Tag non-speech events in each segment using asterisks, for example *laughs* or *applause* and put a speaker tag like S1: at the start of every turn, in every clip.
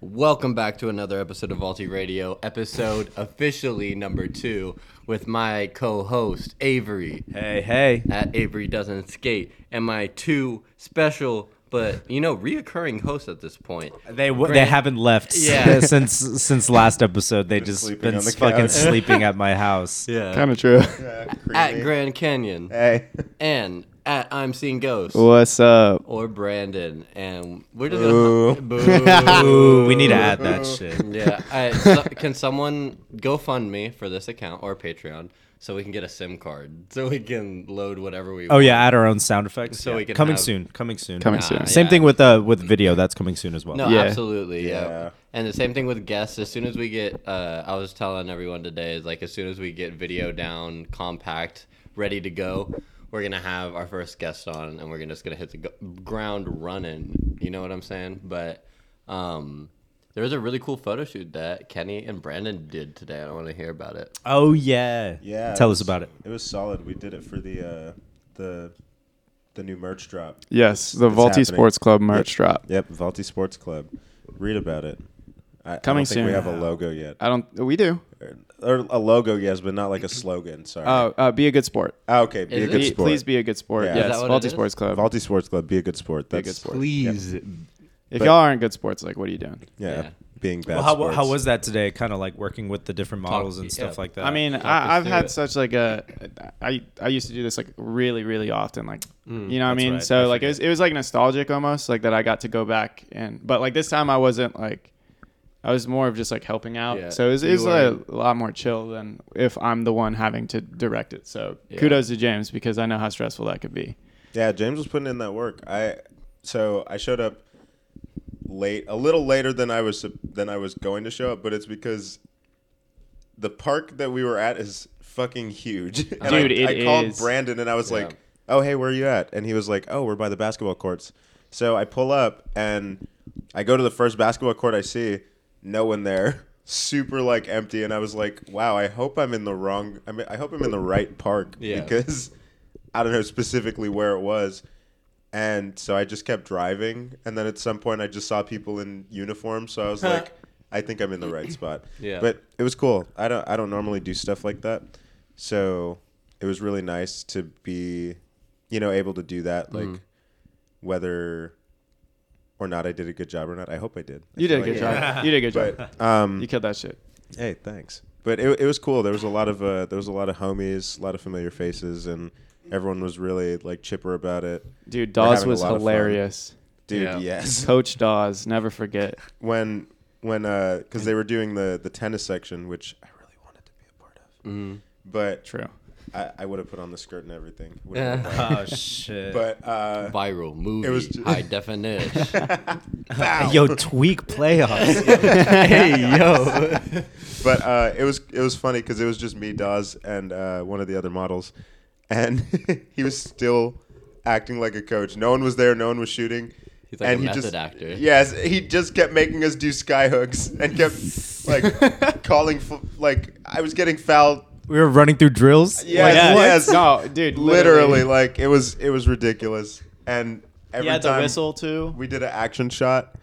S1: Welcome back to another episode of Vaulty Radio, episode officially number two, with my co-host Avery
S2: Hey, hey.
S1: at Avery Doesn't Skate, and my two special but you know reoccurring hosts at this point.
S2: They w- they haven't left
S1: Yeah.
S2: *laughs* since since last episode. They just
S3: sleeping
S2: been
S3: on the
S2: s- fucking
S3: couch.
S2: sleeping at my house.
S1: Yeah,
S3: Kind of true.
S1: at Grand Canyon
S3: hey.
S1: and at I'm Seeing Ghosts
S3: What's up?
S1: or Brandon, and we're just
S3: Boo.
S1: gonna *laughs* boo.
S2: Ooh, we need to add that shit.
S1: yeah, I, so, can someone go fund me for this account or Patreon so we can get a SIM card so we can load whatever we
S2: Oh yeah, add our own sound effects.
S1: So
S2: Yeah.
S1: we can
S2: coming
S1: have-
S2: soon. Coming soon.
S3: Coming
S1: Nah,
S3: soon.
S1: yeah.
S2: Same thing with uh with video. That's coming soon as well.
S1: No,
S3: Yeah.
S1: absolutely. Yeah.
S3: Yeah.
S1: And the same thing with guests. As soon as we get, uh, I was telling everyone today, is like as soon as we get video down, compact, ready to go, we're gonna have our first guest on, and we're gonna, just gonna hit the go- ground running. You know what I'm saying? But um, there was a really cool photo shoot that Kenny and Brandon did today. and I want to hear about it.
S2: Oh yeah.
S4: Yeah.
S2: Tell us
S4: was-
S2: about it.
S4: It was solid. We did it for the uh, the the new merch drop.
S3: Yes, the
S4: It's
S3: Vaulty
S4: happening.
S3: Sports Club merch drop.
S4: Yep, Vaulty Sports Club. Read about it. I,
S3: Coming
S4: I don't think
S3: soon.
S4: We have a logo yet,
S3: I don't. We do.
S4: or a logo, yes, but not like a slogan. Sorry.
S3: Oh, uh, be a good sport.
S4: Ah, okay. Be
S1: Is
S4: a
S1: it?
S4: good
S3: Be-
S4: sport.
S3: Please be a good sport.
S4: Yeah. Is
S3: Yes,
S1: that what it
S3: Vaulty
S1: is?
S3: Sports Club.
S4: Vaulty Sports Club. Be a good sport. That's
S3: good sport.
S1: Please.
S3: if
S4: but-
S3: y'all aren't good sports, like, what are you doing?
S4: Yeah,
S1: Yeah.
S4: Being bad.
S2: Well, how,
S4: sports.
S2: how was that today? Kind of like working with the different models and stuff
S1: yeah.
S2: like that. *laughs*
S3: I mean,
S1: us
S3: I, I've
S1: through
S3: had
S1: it.
S3: such like a, I I used to do this like really really often, like you know what I
S2: that's
S3: mean.
S2: right. I
S3: So like it was it was like nostalgic almost, like that I got to go back and but like this time I wasn't like, I was more of just like helping out.
S1: Yeah,
S3: so it was, it
S1: you
S3: was
S1: were-
S3: a lot more chill than if I'm the one having to direct it. So kudos to James because I know how stressful that could be.
S4: Yeah, James was putting in that work. I so I showed up late, a little later than I was sup- than I was going to show up, but it's because the park that we were at is fucking huge. *laughs* And I,
S3: Dude, it
S4: I called
S3: is.
S4: Brandon and I was like, "Oh, hey, where are you at?" And he was like, "Oh, we're by the basketball courts." So I pull up and I go to the first basketball court I see, no one there. *laughs* Super like empty, and I was like, "Wow, I hope I'm in the wrong. I mean, I hope I'm in the right park
S1: Yeah.
S4: because I don't know specifically where it was. And so I just kept driving. And then at some point, I just saw people in uniform. So I was like, I think I'm in the right spot.
S1: Yeah.
S4: But it was cool. I don't, I don't normally do stuff like that. So it was really nice to be, you know, able to do that.
S1: Mm.
S4: Like, whether or not I did a good job or not, I hope I did. I
S3: You
S4: feel
S3: did a good
S4: like-
S3: job. You did a good job. *laughs*
S4: But um,
S3: You killed that shit.
S4: Hey, thanks. But it, it was cool. There was a lot of uh, there was a lot of homies, a lot of familiar faces, and everyone was really like chipper about it.
S3: Dude,
S4: We're
S3: Dawes
S4: having a
S3: was
S4: lot of fun.
S3: hilarious.
S4: Dude,
S1: Yeah.
S4: yes.
S3: Coach Dawes, never forget.
S4: When when uh, because they were doing the the tennis section, which I really wanted to be a part of,
S1: Mm-hmm.
S4: but
S3: True.
S4: I, I would have put on the skirt and everything. Would've
S1: Yeah.
S4: been fine.
S2: oh shit.
S4: But
S1: *laughs*
S4: uh,
S1: Viral movie,
S4: was ju-
S1: high definition.
S4: *laughs*
S2: Yo, tweak playoffs.
S1: hey yo,
S4: *laughs* but uh, it was it was funny because it was just me, Dawes, and uh, one of the other models, and *laughs* he was still acting like a coach. No one was there. No one was shooting.
S1: He's like
S4: and
S1: a
S4: he
S1: method
S4: just,
S1: actor.
S4: Yes, he just kept making us do sky hooks and kept
S1: *laughs*
S4: like calling. f like I was getting fouled.
S2: *laughs* we were running through drills.
S4: Yes,
S2: Like, what?
S4: yes.
S3: No, dude,
S4: literally, like it was it was ridiculous. And every
S3: He had the
S4: time
S3: whistle too.
S4: we did an action shot,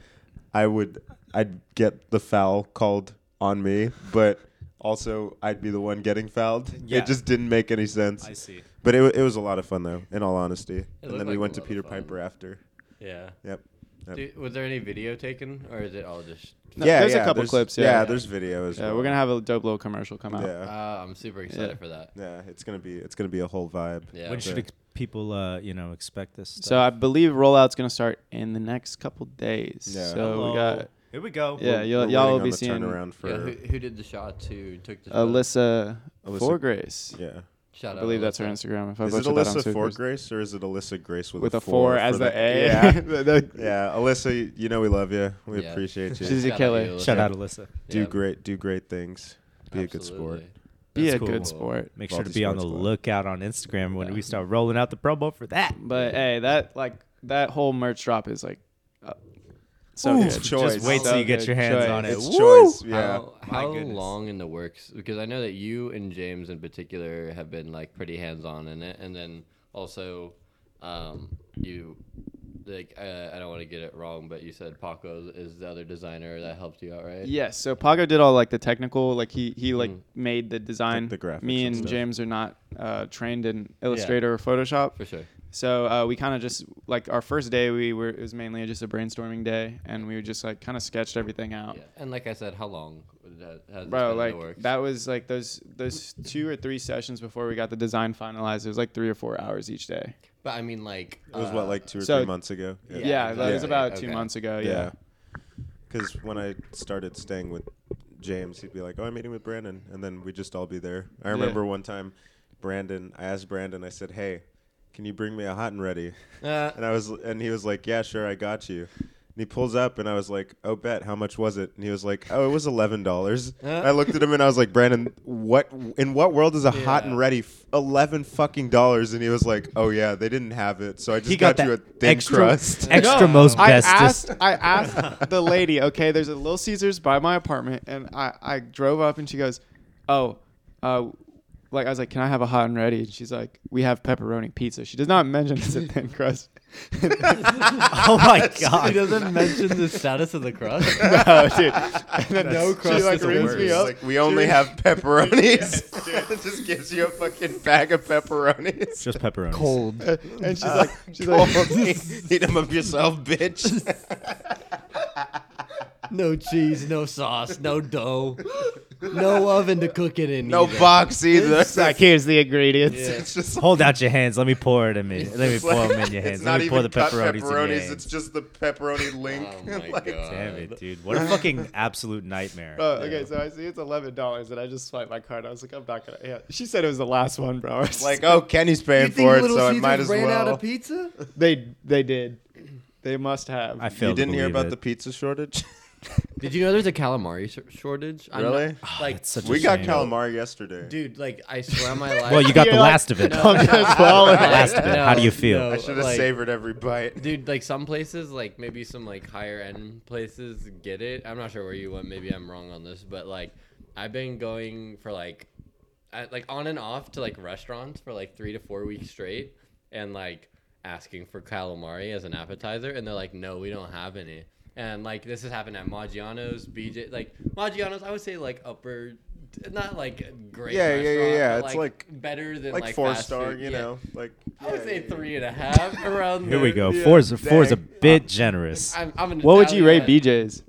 S4: I would I'd get the foul called on me, but also I'd be the one getting fouled.
S2: Yeah.
S4: It just didn't make any sense.
S2: I see.
S4: But it, wa- it was a lot of fun though, in all honesty. and
S1: looked
S4: then we
S1: like a
S4: went to
S1: lot of
S4: Peter
S1: fun.
S4: Piper after.
S1: yeah.
S4: Yep. Yep.
S1: Dude, was there any video taken, or is it all just?
S4: yeah,
S3: there's a
S4: yeah,
S3: couple
S4: there's-
S3: clips, yeah.
S4: there's videos.
S3: Yeah, we're gonna have a dope little commercial come out.
S4: Yeah.
S1: Uh, I'm super excited for that.
S4: yeah, it's gonna be it's gonna be a whole vibe.
S1: Yeah.
S2: When
S1: Which
S2: should ex- people, uh, you know, expect this? Stuff?
S3: So I believe rollout's gonna start in the next couple days.
S4: Yeah.
S3: So we got
S2: Here we go.
S3: yeah,
S4: We're
S3: y'all,
S4: waiting
S3: y'all will
S4: on
S3: be
S4: the
S3: seeing
S4: turnaround for
S1: Yeah, who, who did the shots? Who took the shots?
S3: Alyssa,
S4: Alyssa-
S3: Forgrace.
S4: yeah.
S1: Shout
S3: Uh, I
S1: out
S3: believe that's her
S1: Alyssa.
S3: Instagram. If I
S4: Is it
S3: butchered that, I'm
S4: Alyssa
S3: super-
S4: for Grace or is it Alyssa Grace with,
S3: with
S4: a
S3: a four,
S4: for
S3: as the, A.
S4: Yeah.
S3: The- the-
S4: yeah, Alyssa, you know we love you. We
S1: Yeah.
S4: appreciate
S1: *laughs*
S4: you.
S3: She's a
S1: Shout out
S3: killer.
S1: you, Alyssa.
S2: Shout out Alyssa.
S4: do
S1: Yeah,
S4: great do great things be a good sport
S1: absolutely.
S3: Be
S2: That's
S3: a
S2: cool.
S3: good sport.
S2: Make sure to
S4: Balti
S2: be on the
S4: Sports Club.
S2: lookout on Instagram when we start rolling out the promo for that. *laughs*
S3: But hey, that like that whole merch drop is like uh, so good.
S4: choice.
S2: Just wait till
S3: So
S2: you get
S3: good
S2: your hands
S3: choice.
S2: on it.
S4: it's
S2: Woo!
S4: choice yeah
S1: How, how
S2: goodness.
S1: long in the works? Because I know that you and James in particular have been like pretty hands on in it, and then also um, you like uh, I don't want to get it wrong, but you said Paco is the other designer that helped you out, right?
S3: Yes. So Pago did all like the technical, like he he like
S2: Mm-hmm.
S3: made the design.
S4: Like the graphics
S3: Me
S4: and
S3: and
S4: stuff.
S3: James are not uh, trained in Illustrator or Photoshop,
S1: for sure.
S3: so uh, we kind of just like our first day we were it was mainly just a brainstorming day, and we just like kind of sketched everything out.
S1: Yeah. And like I said, how long that has
S3: Uh, Bro,
S1: this been in the
S3: like
S1: works?
S3: that was like those those two or three sessions before we got the design finalized. It was like three or four hours each day.
S1: but I mean, like
S4: It was
S1: uh,
S4: what
S1: *laughs*
S4: like two or
S3: so-
S4: three months ago.
S3: Yeah, that was
S4: Yeah.
S3: about two
S1: Okay.
S3: months ago. Yeah.
S4: Yeah. Because when I started staying with James, he'd be like, "Oh, I'm meeting with Brandon," and then we'd just all be there. I remember one time, Brandon. I asked Brandon. I said, "Hey, can you bring me a hot and ready?"
S1: Uh,
S4: And I was, and he was like, "Yeah, sure, I got you." And he pulls up, and I was like, "Oh, bet, how much was it?" And he was like, "Oh, it was eleven
S1: *laughs*
S4: dollars." I looked at him, and I was like, "Brandon, what? In what world is a hot
S1: Yeah.
S4: and ready f- eleven fucking dollars?" And he was like, "Oh yeah, they didn't have it, so I just
S2: He got,
S4: you a
S2: that
S4: thin
S1: *laughs*
S2: extra,
S4: crust."
S2: extra most
S3: I
S2: bestest.
S3: asked, I asked the lady, okay, there's a Little Caesars by my apartment, and I, I drove up and she goes, oh, uh, like I was like, can I have a hot and ready? And she's like, we have pepperoni pizza. She does not mention it's a
S1: *laughs*
S3: thin *laughs* crust.
S2: oh my
S1: he
S2: god!
S1: doesn't mention the status of the
S2: *laughs*
S1: crust.
S3: no,
S4: *laughs*
S3: dude. And then
S1: No crust
S3: She like
S1: is the
S3: rings
S1: worst.
S3: me up.
S4: Like we only *laughs* have pepperonis. it *laughs* just gives you a fucking bag of pepperonis.
S2: Just pepperoni.
S3: uh, *laughs* And she's like, she's *laughs* like,
S4: *laughs* Eat them up yourself, bitch.
S1: *laughs* No cheese, no sauce, no dough, no oven to cook it in.
S4: No
S1: either.
S4: box either.
S3: like, here's the ingredients.
S1: Yeah.
S4: It's
S2: *laughs*
S4: just
S2: Hold out your hands. Let me pour it in me. Let me
S4: it's
S2: pour
S4: like-
S2: them in your hands.
S4: It's
S2: Let
S4: not
S2: me pour
S4: even
S2: the
S4: cut
S2: pepperonis, in your
S4: pepperonis.
S2: hands.
S4: It's just the pepperoni link.
S1: *laughs* Oh my
S4: *laughs* Like,
S1: god!
S2: Damn it, dude! What a fucking absolute nightmare.
S3: Oh, okay. So I see it's eleven dollars, and I just swipe my card. I was like, I'm not gonna. Yeah. She said it was the last one, bro. *laughs* I was
S4: Like, oh, Kenny's paying for it, so it might as well.
S1: pizza?
S3: They they did. They must have.
S2: I
S4: You
S2: failed.
S4: didn't hear about the
S2: *laughs*
S4: pizza shortage? *laughs*
S1: Did you know there's a calamari sh- shortage? I'm
S4: Really?
S1: not- like,
S2: That's such
S4: we
S2: a
S4: got
S2: shame.
S4: calamari yesterday.
S1: dude, like I swear
S2: *laughs*
S1: on my life.
S2: Well, you
S3: *laughs*
S2: got the
S3: You're like-
S2: last of it. *laughs*
S1: Like,
S2: last of it. How do you feel?
S4: I should have
S1: like,
S4: savored every bite.
S1: Dude, like some places, like maybe some like higher end places get it. I'm not sure where you went. Maybe I'm wrong on this, but like I've been going for like, I, like on and off to like restaurants for like three to four weeks straight, and like asking for calamari as an appetizer, and they're like, no, we don't have any. And like this has happened at Maggiano's, BJ, like Maggiano's. I would say like upper, not like great.
S4: Yeah, yeah, yeah,
S1: restaurant,
S4: yeah.
S1: but,
S4: It's like-
S1: better than like,
S4: Like, four
S1: fast
S4: star,
S1: food.
S4: you
S1: Yeah.
S4: know. Like
S1: I would say three and a half *laughs* around.
S2: Here we
S1: there.
S2: go.
S4: Yeah,
S2: Four's four's a
S4: dang.
S2: bit generous.
S1: I'm, I'm an
S3: what would you rate
S1: Italian.
S3: BJ's?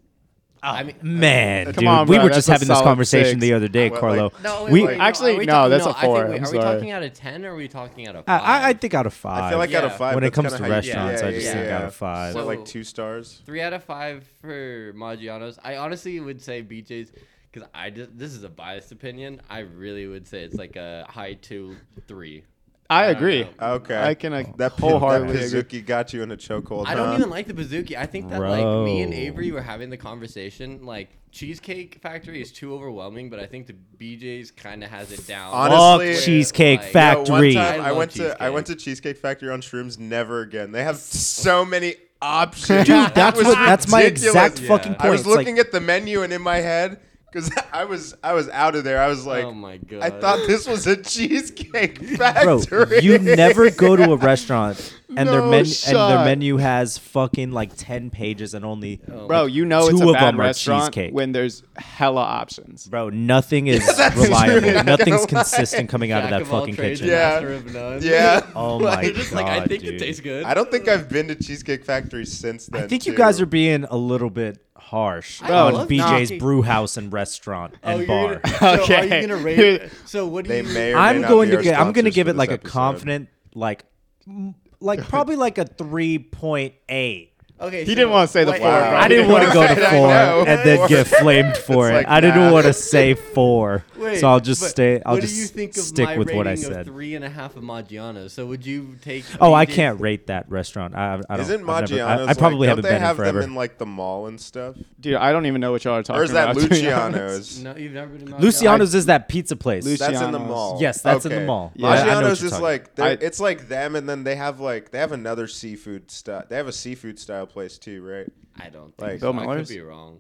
S1: I mean,
S2: Man,
S3: Come
S2: dude,
S3: on,
S2: we
S3: bro,
S2: were
S3: that's
S2: just
S3: a
S2: having this
S3: solid
S2: conversation
S3: six.
S2: the other day,
S4: I went
S2: Carlo.
S4: like-
S1: No, wait,
S2: we,
S1: wait,
S3: Actually,
S1: are we
S3: no,
S1: talking-
S3: that's a
S1: I think
S3: four.
S1: we-
S3: I'm
S1: are
S3: sorry.
S1: we talking out of ten or are we talking out of
S2: I,
S1: five?
S2: I, I think out of five.
S4: I feel like out of
S1: Yeah.
S4: five.
S2: when it
S4: that's
S2: comes to
S4: kinda how you-
S2: restaurants,
S4: yeah,
S2: I just
S4: yeah,
S2: think
S4: yeah.
S2: out of five.
S4: *laughs* So
S1: So-
S4: like two stars.
S1: three out of five for Maggiano's. I honestly would say BJ's because I just this is a biased opinion. I really would say it's like a high two, three.
S3: I
S1: don't
S3: agree.
S1: know.
S4: Okay. Oh,
S3: I can uh,
S4: that
S3: wholeheartedly
S4: wholeheartedly
S3: agree.
S4: Suzuki got you in a chokehold.
S1: I don't
S4: huh?
S1: even like the Bazooki. I think that like me and
S2: Bro.
S1: Avery were having the conversation. Like Cheesecake Factory is too overwhelming, but I think the BJ's kind of has it down.
S4: Honest-
S2: Fuck
S4: Honestly,
S2: Cheesecake
S1: like-
S4: Yo,
S2: Factory.
S4: one time
S1: I
S4: I,
S1: love
S4: went to I
S1: cheesecake.
S4: went to Cheesecake Factory on shrooms. Never again. They have so many options.
S2: Dude, that's
S4: was
S2: what that's my
S4: ridiculous.
S2: exact
S1: Yeah.
S2: fucking point.
S4: I was
S2: It's like-
S4: looking at the menu and in my head because *laughs* I was I was out of there. I was like,
S1: oh my god!
S4: I thought this was a Cheesecake
S2: Bro,
S4: Factory.
S2: you never go to a
S4: *laughs*
S2: restaurant and their
S3: No
S2: menu and
S3: shot.
S2: their menu has fucking like ten pages and only
S1: Oh.
S3: Bro, you know
S2: Two
S3: it's a
S2: of
S3: bad
S2: them are
S3: restaurant
S2: cheesecake.
S3: when there's hella options.
S2: bro, nothing is
S4: that's
S2: reliable.
S4: true. Not
S2: Nothing's
S4: gonna lie.
S2: consistent coming out of
S1: Jack
S2: that
S1: of all
S2: fucking
S1: trades,
S2: kitchen.
S4: Yeah.
S1: master of none.
S2: *laughs*
S4: *laughs* Yeah.
S2: Oh my
S1: They're just *laughs*
S2: god.
S1: like, I think
S2: dude.
S1: it tastes good.
S4: I don't think I've been to Cheesecake Factory since then.
S2: I think you
S4: too.
S2: guys are being a little bit harsh
S1: Bro,
S2: on
S1: love
S2: BJ's
S1: cheesecake.
S2: brew house and restaurant
S4: *laughs* Oh,
S2: and
S1: Oh, you're
S2: bar.
S1: Gonna, so okay. Are
S3: Okay.
S1: you gonna
S2: *laughs*
S1: rate it? So what do
S4: They
S1: you?
S4: may or
S2: I'm
S4: may
S2: going
S4: not
S2: to
S4: be
S2: give
S4: our
S2: I'm going to
S4: sponsors
S2: give
S4: for
S2: it like
S4: this
S2: a
S4: episode.
S2: confident like m- like probably like a 3.8.
S1: okay.
S3: He didn't want to say the
S1: wait,
S3: four.
S4: wow.
S3: Bro.
S2: I didn't want to go to
S4: Right, Oh, *laughs* I
S2: four
S4: know.
S2: and then
S4: Four. *laughs*
S2: get flamed for
S4: It's
S2: it.
S4: like,
S2: I didn't
S4: nah.
S2: want to say four,
S1: *laughs* Wait,
S2: so I'll just
S1: but
S2: stay. I'll
S1: what
S2: just
S1: do you think of
S2: stick
S1: my
S2: with what I
S1: rating of
S2: said.
S1: Three and a half of Maggiano's. So would you take?
S2: Oh, I
S1: BJ's
S2: can't rate that restaurant. I, I don't,
S4: Isn't
S2: I've
S4: Maggiano's?
S2: never- I, I
S4: like,
S2: probably
S4: don't
S2: haven't
S4: they
S2: been in
S4: have
S2: forever.
S4: them in like the mall and stuff?
S3: Dude, I don't even know what y'all are talking
S4: Or is that
S3: about. to be *laughs*
S4: *laughs* Luciano's?
S1: *laughs* No, you've never been. to Maggiano's?
S2: Luciano's is that pizza place.
S3: Luci-
S4: That's in the
S3: Luciano's.
S4: mall.
S2: Yes, that's in the mall. Yeah, I know what
S4: Maggiano's
S2: you're
S4: is
S2: talking
S4: like they're-
S3: I-
S4: it's like them, and then they have like they have another seafood stuff. They have a seafood style takeout place too, right?
S1: I don't think
S4: Like-
S1: so.
S4: Bill
S1: I could
S3: Miller's?
S1: be
S2: *laughs*
S1: wrong.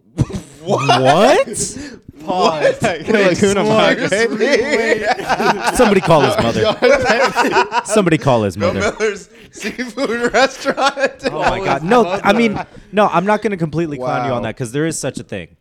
S2: What?
S4: Pause.
S3: Laguna Woods.
S2: *laughs*
S4: *laughs*
S2: Somebody call his mother. Somebody call his mother.
S4: Miller's seafood restaurant.
S2: Oh my god. No, I mean, no, I'm not going to completely con you
S4: Wow.
S2: on that because there is such a thing.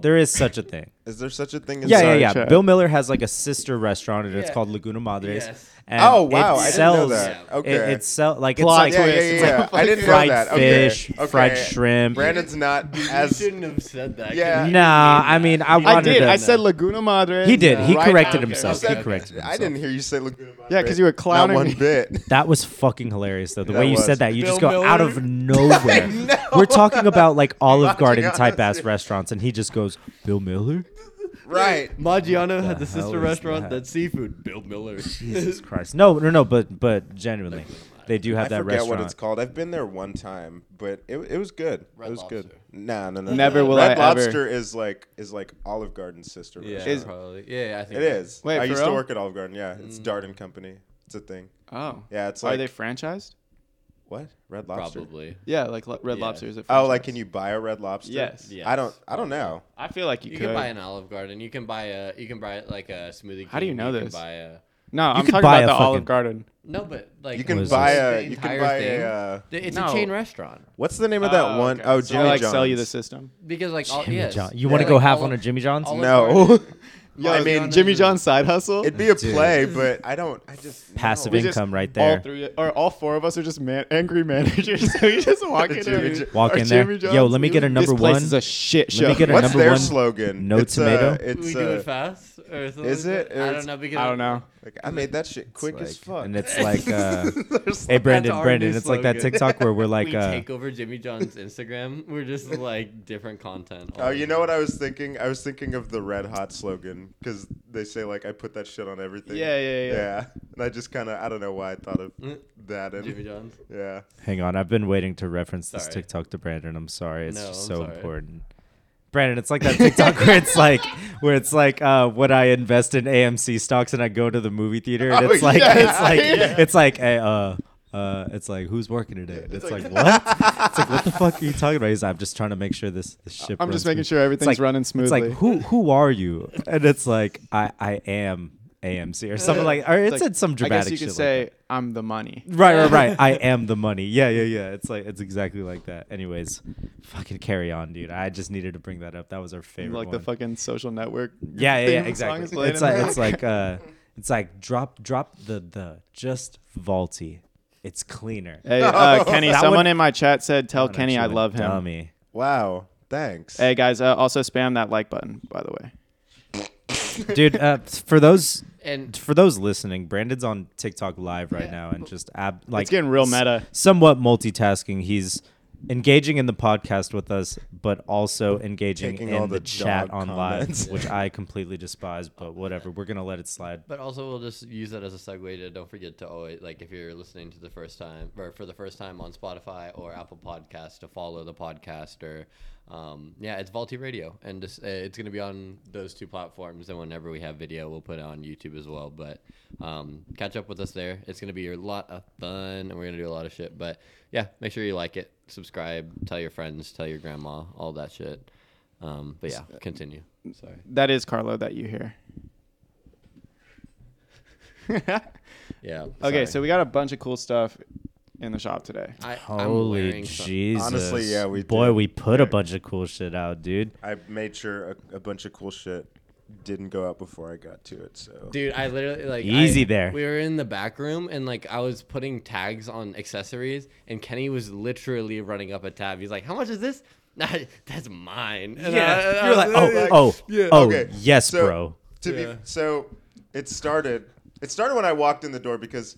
S2: There is such a
S4: *laughs*
S2: thing.
S4: Is there such a thing? As
S2: Yeah,
S3: Sorry,
S2: yeah, yeah.
S3: Chad.
S2: Bill Miller has like a sister restaurant, and it's
S1: Yeah.
S2: called Laguna Madres.
S1: Yes.
S2: And
S4: Oh, wow, I
S2: It
S4: didn't know
S2: sells,
S4: that.
S2: it-
S4: Okay.
S2: It, sells like
S3: Plot
S2: it's
S4: Yeah,
S2: like
S4: yeah,
S3: Twist.
S4: yeah. yeah. I didn't
S2: fried
S4: know that. Okay.
S2: fish,
S4: okay.
S2: fried shrimp.
S4: Brandon's not as.
S1: you shouldn't have said that. 'cause
S4: Yeah.
S1: you
S2: Nah,
S1: didn't
S2: I
S1: mean
S2: mean,
S1: that.
S2: I
S1: You
S3: *laughs* I
S2: wanted
S3: did.
S2: to.
S3: I said Laguna Madre.
S2: He did. He
S3: Right
S2: corrected
S3: after.
S2: himself.
S4: Okay.
S2: He corrected himself.
S4: I didn't hear you say Laguna Madre.
S3: Yeah, 'cause you were clowning
S4: Not one
S3: me. *laughs*
S4: bit.
S2: That was fucking hilarious, though. The
S4: That
S2: way you
S4: was.
S2: said that, you just go
S1: Bill Miller?
S2: out of *laughs*
S4: *laughs*
S2: nowhere. We're talking about like Olive Garden type ass restaurants, and he just goes, Bill Miller?
S4: right.
S1: Maggiano had the
S2: hell
S1: sister
S2: is
S1: restaurant
S2: that?
S1: that's seafood. Bill Miller.
S2: Jesus Christ. No, no, no, but but genuinely, they do have
S4: I
S2: that
S4: forget
S2: restaurant.
S4: what it's called. I've been there one time, but it, it was good.
S1: Red
S4: it was good.
S1: Lobster.
S4: Nah, no, no.
S3: Never
S4: no.
S3: will
S4: Red
S3: I ever-
S4: Lobster is like is like Olive Garden's sister.
S1: *laughs* yeah,
S4: restaurant.
S1: probably. Yeah, I think
S4: it is.
S3: Wait,
S4: I
S3: for
S4: used to
S3: real?
S4: work at Olive Garden. Yeah, it's Dart and Company. It's a thing.
S3: Oh.
S4: Yeah, it's
S3: Are
S4: like
S3: they franchised?
S4: what Red Lobster.
S1: Probably.
S3: Yeah, like lo- Red
S1: Yeah.
S3: Lobster is a franchise.
S4: Oh, like can you buy a Red Lobster?
S3: Yes.
S1: Yes.
S4: I don't. I don't know.
S3: I feel like you,
S1: You
S3: could.
S1: can buy an Olive Garden. You can buy a. You can buy like a smoothie.
S3: How do you
S1: king,
S3: know
S1: can
S3: this?
S1: buy a-
S3: no, I'm
S2: could
S3: talking
S2: buy
S3: about
S2: a
S3: the
S2: fucking-
S3: Olive Garden.
S1: no, but like
S4: You can
S2: was
S4: buy
S2: this?
S4: a.
S1: the
S4: You can
S1: entire
S4: buy
S1: thing.
S4: a. Uh,
S1: Th- It's
S3: No.
S1: a chain restaurant
S4: what's the name of that
S3: Oh,
S4: one?
S3: okay.
S4: Oh,
S3: So
S4: Jimmy
S3: they, like
S4: John's.
S3: sell you the system.
S1: because like all,
S2: Jimmy
S1: yes.
S2: John- You
S1: Yeah,
S2: want to
S1: like
S2: go half
S1: Olive-
S2: on a Jimmy John's?
S1: Olive
S4: No. *laughs*
S3: Yo,
S4: I
S3: I
S4: mean,
S3: mean, Jimmy John's side hustle.
S4: It'd be a
S2: Dude.
S4: play, but I don't. I just
S2: Passive
S4: no.
S3: We just-
S2: income right
S3: All
S2: there.
S3: three or all four of us are just man- angry managers. so we just walk in
S4: Jimmy
S3: there.
S4: Jo-
S2: Walk
S3: Or
S2: in there.
S3: Jimmy
S2: Yo,
S3: John's.
S2: let me get a number
S3: this place
S2: one.
S3: is a shit
S2: Let me
S3: show.
S2: get a
S4: What's
S2: number
S4: their
S2: one,
S4: slogan?
S2: no
S4: It's,
S2: tomato?
S4: Uh, it's
S1: we
S4: uh,
S1: do it fast or something
S4: is
S1: like
S4: it?
S1: that? I
S4: It's-
S1: don't know because
S3: I don't know.
S4: Like, I made that shit quick
S1: It's
S4: as
S1: like-
S4: fuck.
S2: and
S4: *laughs*
S2: it's like, uh, *laughs*
S4: There's
S2: hey,
S4: like-
S2: Brandon,
S1: our
S2: Brandon,
S1: new
S2: it's like that
S1: slogan.
S2: TikTok where we're like,
S1: we
S2: uh,
S1: take over Jimmy John's Instagram. We're
S4: *laughs*
S1: just like different content. all
S4: Oh, you
S1: over.
S4: know what I was thinking? I was thinking of the Red Hot slogan because they say like I put that shit on everything.
S3: Yeah, yeah, yeah.
S4: And I just kind of I don't know why I thought of
S1: Mm.
S4: that.
S1: Jimmy
S4: And
S1: John's.
S4: yeah,
S2: hang on, I've been waiting to reference this
S1: Sorry.
S2: TikTok to Brandon. I'm sorry, it's
S1: No,
S2: just
S1: I'm
S2: so
S1: sorry.
S2: important. Brandon, it's like that TikTok where it's like, where it's like, uh, would I invest in AMC stocks and I go to the movie theater and
S4: Oh,
S2: it's like,
S4: yeah,
S2: it's like,
S4: yeah.
S2: it's like, hey, uh, uh, it's like who's working today? And it's, like,
S4: *laughs*
S2: what? it's like what the fuck are you talking about? He's like, I'm just trying to make sure this, this ship.
S3: I'm
S2: runs
S3: just making
S2: smooth."
S3: sure everything's
S2: like-
S3: running smoothly.
S2: It's like who who are you? And it's like I I am AMC or something like or it
S3: It's like,
S2: said some dramatic.
S3: I guess you
S2: shit
S3: could
S2: like
S3: say
S2: that.
S3: I'm the money.
S2: Right, right, right.
S3: *laughs*
S2: I am the money. Yeah, yeah, yeah. It's like it's exactly like that. Anyways, fucking carry on, dude. I just needed to bring that up. That was our favorite.
S3: Like the
S2: one.
S3: fucking social network.
S2: Yeah, yeah,
S3: theme
S2: yeah
S3: song
S2: exactly.
S3: is playing
S2: It's
S3: in
S2: like
S3: the
S2: it's like
S3: *laughs*
S2: uh, it's like drop drop the the just vaulty. It's cleaner.
S3: Hey, uh, Kenny,
S2: That
S3: someone
S2: one-
S3: in my chat said, "Tell
S2: Not
S3: Kenny
S2: actually
S3: I
S2: a
S3: love him."
S2: Dummy.
S4: wow. Thanks.
S3: Hey guys, uh, also spam that like button, by the way.
S2: Dude, uh, for those
S1: And
S2: for those listening, Brandon's on TikTok live right now and just ab like
S3: It's getting real
S2: s-
S3: meta.
S2: somewhat multitasking. He's engaging in the podcast with us, but also engaging
S4: Taking all
S2: in the,
S4: the
S2: chat
S4: dog
S2: on
S4: comments.
S2: live, which
S4: *laughs*
S2: I completely despise. But whatever, we're gonna let it slide.
S1: but also we'll just use that as a segue to don't forget to always like if you're listening to the first time or for the first time on Spotify or Apple Podcasts to follow the podcast or um, yeah it's Vaulty Radio and just, uh, it's gonna be on those two platforms and whenever we have video we'll put it on YouTube as well but um, catch up with us there it's gonna be a lot of fun and we're gonna do a lot of shit but yeah make sure you like it subscribe tell your friends tell your grandma all that shit um, but yeah continue sorry.
S3: *laughs* That is Carlo that you hear.
S1: Yeah.
S3: Okay,
S1: sorry.
S3: so we got a bunch of cool stuff in the shop today.
S1: I, I'm
S2: Holy
S1: wearing some-
S2: Jesus!
S4: Honestly, yeah, we
S2: boy,
S4: did.
S2: we put a bunch of cool shit out, dude.
S4: I made sure a, a bunch of cool shit didn't go out before I got to it. So
S1: Dude, I literally like
S2: Easy
S1: I-
S2: there.
S1: We were in the back room and like I was putting tags on accessories, and Kenny was literally running up a tab. He's like, "How much is this? *laughs* That's mine." And I- and I
S2: you're
S1: was
S2: like, oh, oh,
S1: yeah,
S2: oh,
S4: okay.
S2: yes,
S4: So-
S2: bro.
S4: to
S1: Yeah.
S4: be so it started it started when I walked in the door because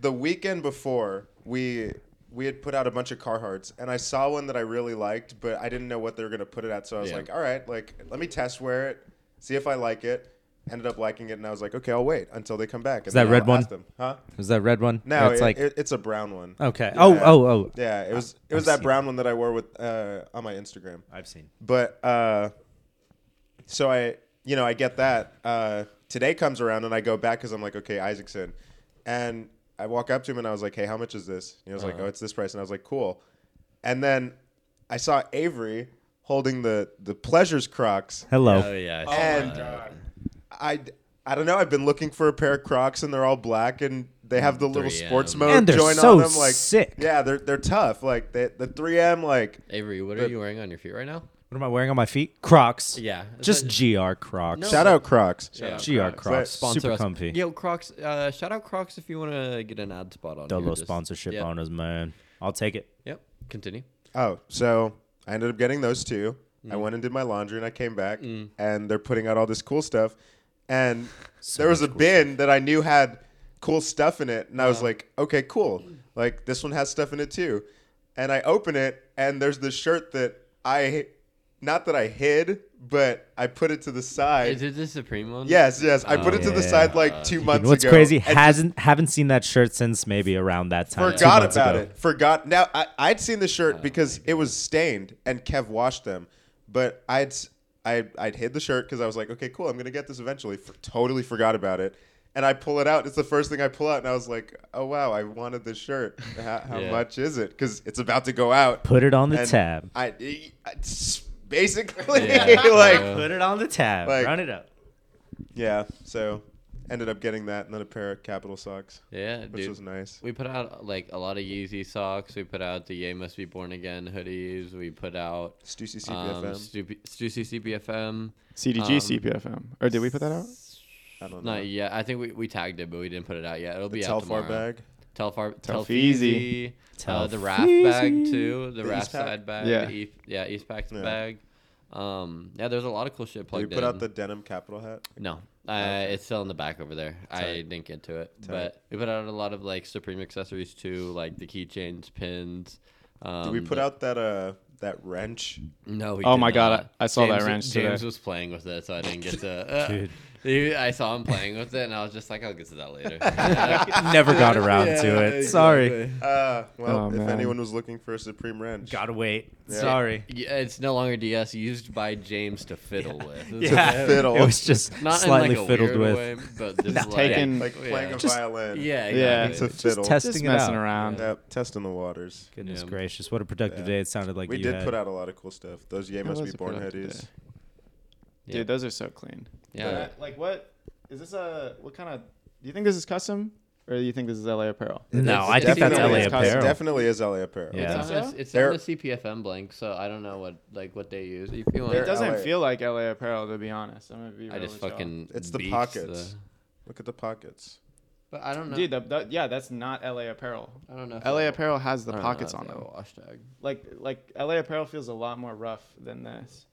S4: the weekend before we we had put out a bunch of Carhartts and I saw one that I really liked, but I didn't know what they were gonna put it at, so I was
S1: Yeah.
S4: like, all right, like let me test wear it, see if I like it. Ended up liking it, and I was like, okay, I'll wait until they come back. And Is
S2: that red one?
S4: Them, huh?
S2: Is that red one?
S4: No,
S2: it's
S4: it-
S2: like
S4: it- it's a brown one.
S2: okay. Oh, oh, oh.
S4: Yeah, it was it was
S2: seen
S4: that brown one that I wore with uh, on my Instagram.
S2: I've seen.
S4: But uh, so I, you know, I get that. Uh, today comes around and I go back because I'm like, okay, Isaacson. And I walk up to him and I was like, hey, how much is this? And he was like, oh, it's this price. And I was like, cool. And then I saw Avery holding the the pleasures Crocs.
S2: Hello.
S1: Oh yeah. I saw
S4: and
S1: that.
S4: I I don't know. I've been looking for a pair of Crocs, and they're all black, and they have the little
S1: 3M.
S4: sports mode
S2: And they're
S4: joint
S2: so
S4: on them. Like
S2: sick.
S4: Yeah, they're they're tough. Like they, the 3M. Like
S1: Avery, what are you wearing on your feet right now?
S2: What am I wearing on my feet? Crocs.
S1: Yeah. Is
S2: Just
S1: that-
S2: GR Crocs.
S1: No.
S4: shout out Crocs.
S1: Yeah.
S2: GR Crocs.
S4: But
S1: Sponsor
S2: Super
S1: us.
S2: comfy.
S1: Yo, Crocs. Uh, shout out Crocs if you want to get an ad spot on.
S2: Dolo
S1: here, just-
S2: sponsorship
S1: yep,
S2: on us, man. I'll take it.
S1: Yep. Continue.
S4: Oh, so I ended up getting those two.
S2: Mm.
S4: I went and did my laundry, and I came back, and they're putting out all this cool stuff. And there was a bin that I knew had cool stuff in it, and I was
S2: Uh-huh.
S4: like, okay, cool. Like this one has stuff in it too. And I open it, and there's this shirt that I, not that I hid, but I put it to the
S1: Is
S4: side.
S1: it the Supreme one?
S4: Yes, yes, I put
S2: Oh,
S4: it to the
S2: yeah.
S4: side like two months
S2: And what's
S4: ago.
S2: crazy?
S4: and
S2: Hasn't haven't seen that shirt since maybe around that time. two
S4: Forgot
S2: months
S4: about
S2: ago.
S4: it. Forgot. Now I, I'd seen the shirt because it was stained, and Kev washed them. But I'd s- I I'd hid the shirt because I was like, okay, cool, I'm gonna get this eventually. For, totally forgot about it, and I pull it out. It's the first thing I pull out, and I was like, oh wow, I wanted this shirt. How,
S1: *laughs*
S4: how
S1: Yeah.
S4: much is it? Because it's about to go out.
S2: Put it on the
S4: And
S2: tab.
S4: I, I- it's basically
S1: Yeah.
S4: *laughs* like
S1: Yeah.
S2: Put it on the tab.
S4: Like-
S2: Run it up.
S4: yeah. So ended up getting that and then a pair of Capital socks,
S1: Yeah, dude.
S4: which was nice.
S1: We put out like a lot of Yeezy socks. We put out the Ye Must Be Born Again hoodies. We put out
S4: Stussy
S1: um,
S4: CPFM.
S1: Stupi- Stussy CBFM.
S3: CDG
S1: Um,
S3: CPFM. Or did we put
S1: *laughs*
S3: that out?
S4: I don't know.
S1: Not yet. I think we, we tagged it, but we didn't put it out yet. It'll
S4: the
S1: be out
S4: Telfar
S1: tomorrow.
S4: bag.
S1: Telfar, Telfeezy,
S3: Telfeezy.
S1: uh, the Raft bag
S2: Telfeezy.
S1: too, the,
S4: The
S1: Raft
S4: East Pack?
S1: side bag,
S3: Yeah.
S1: the East, yeah, East Pack's
S4: Yeah.
S1: bag. Um, yeah, there's a lot of cool shit
S4: Did
S1: plugged
S4: we
S1: in.
S4: put out the denim capital hat?
S1: no, uh, it's still in the back over there. I
S4: Tight.
S1: didn't get to it,
S4: Tight.
S1: but we put out a lot of like Supreme accessories too, like the keychains, pins. Um,
S4: Did we put
S1: the-
S4: out that uh that
S3: *laughs*
S4: wrench?
S1: No. We
S3: Oh
S1: did
S3: my God,
S1: not.
S3: I- I saw that
S1: James,
S3: wrench today.
S1: James was playing with it, so I didn't get to. Uh, he- I saw him playing with it, and I was just like, "I'll get to that later."
S2: Never
S4: *laughs*
S2: got around to it. Sorry.
S4: Uh, well,
S3: Oh,
S4: if
S3: man.
S4: anyone was looking for a supreme wrench,
S2: Gotta wait. Sorry.
S1: Yeah, it's no longer DS used by James to fiddle with. It's
S2: Yeah.
S4: fiddle.
S2: It was just
S1: Not
S2: slightly
S1: in like a
S2: fiddled
S1: fiddled
S2: with.
S1: way, but just like,
S3: Taken-
S4: like
S1: yeah.
S4: playing a
S1: Just-
S4: violin.
S1: Yeah,
S3: *laughs* Yeah.
S1: exactly.
S4: it's a
S2: Just
S4: fiddle.
S2: testing
S3: Just
S2: it
S3: messing
S2: out.
S3: around.
S4: Yep, testing the waters.
S2: Goodness
S1: Yeah.
S2: gracious, what a productive
S4: Yeah.
S2: day it sounded like
S4: we
S2: you
S4: did
S2: had.
S4: put out a lot of cool stuff. Those Ye
S3: That
S4: Must
S3: was
S4: Be
S3: a
S4: Born
S3: productive
S4: hoodies.
S3: day.
S1: Yeah.
S3: Dude, those are so clean.
S1: Yeah.
S3: But, like what is this a what kind of do you think this is custom or do you think this is LA apparel?
S2: no,
S1: It's-
S2: I think that's
S1: definitely
S2: LA
S4: is-
S3: custom.
S2: Apparel.
S4: Definitely is LA apparel.
S2: Yeah.
S1: It's, on
S3: Yeah.
S1: the, it's
S4: They're-
S1: on the CPFM blank, so I don't know what like what they use. If you want,
S4: They're
S3: It doesn't
S4: LA.
S3: feel like LA apparel to be honest. I'm gonna be
S1: I
S3: real
S1: just
S3: with y'all.
S1: fucking.
S4: It's the
S1: beefed
S4: pockets.
S1: uh,
S4: Look at the pockets.
S1: but I don't know.
S3: Dude, the, the, yeah, that's not LA apparel.
S1: I don't know. if
S3: LA
S1: I-
S3: apparel has
S1: I
S3: the
S1: don't know
S3: pockets
S1: if
S3: on
S1: I
S3: them.
S1: Wash tag.
S3: Like like LA apparel feels a lot more rough than this.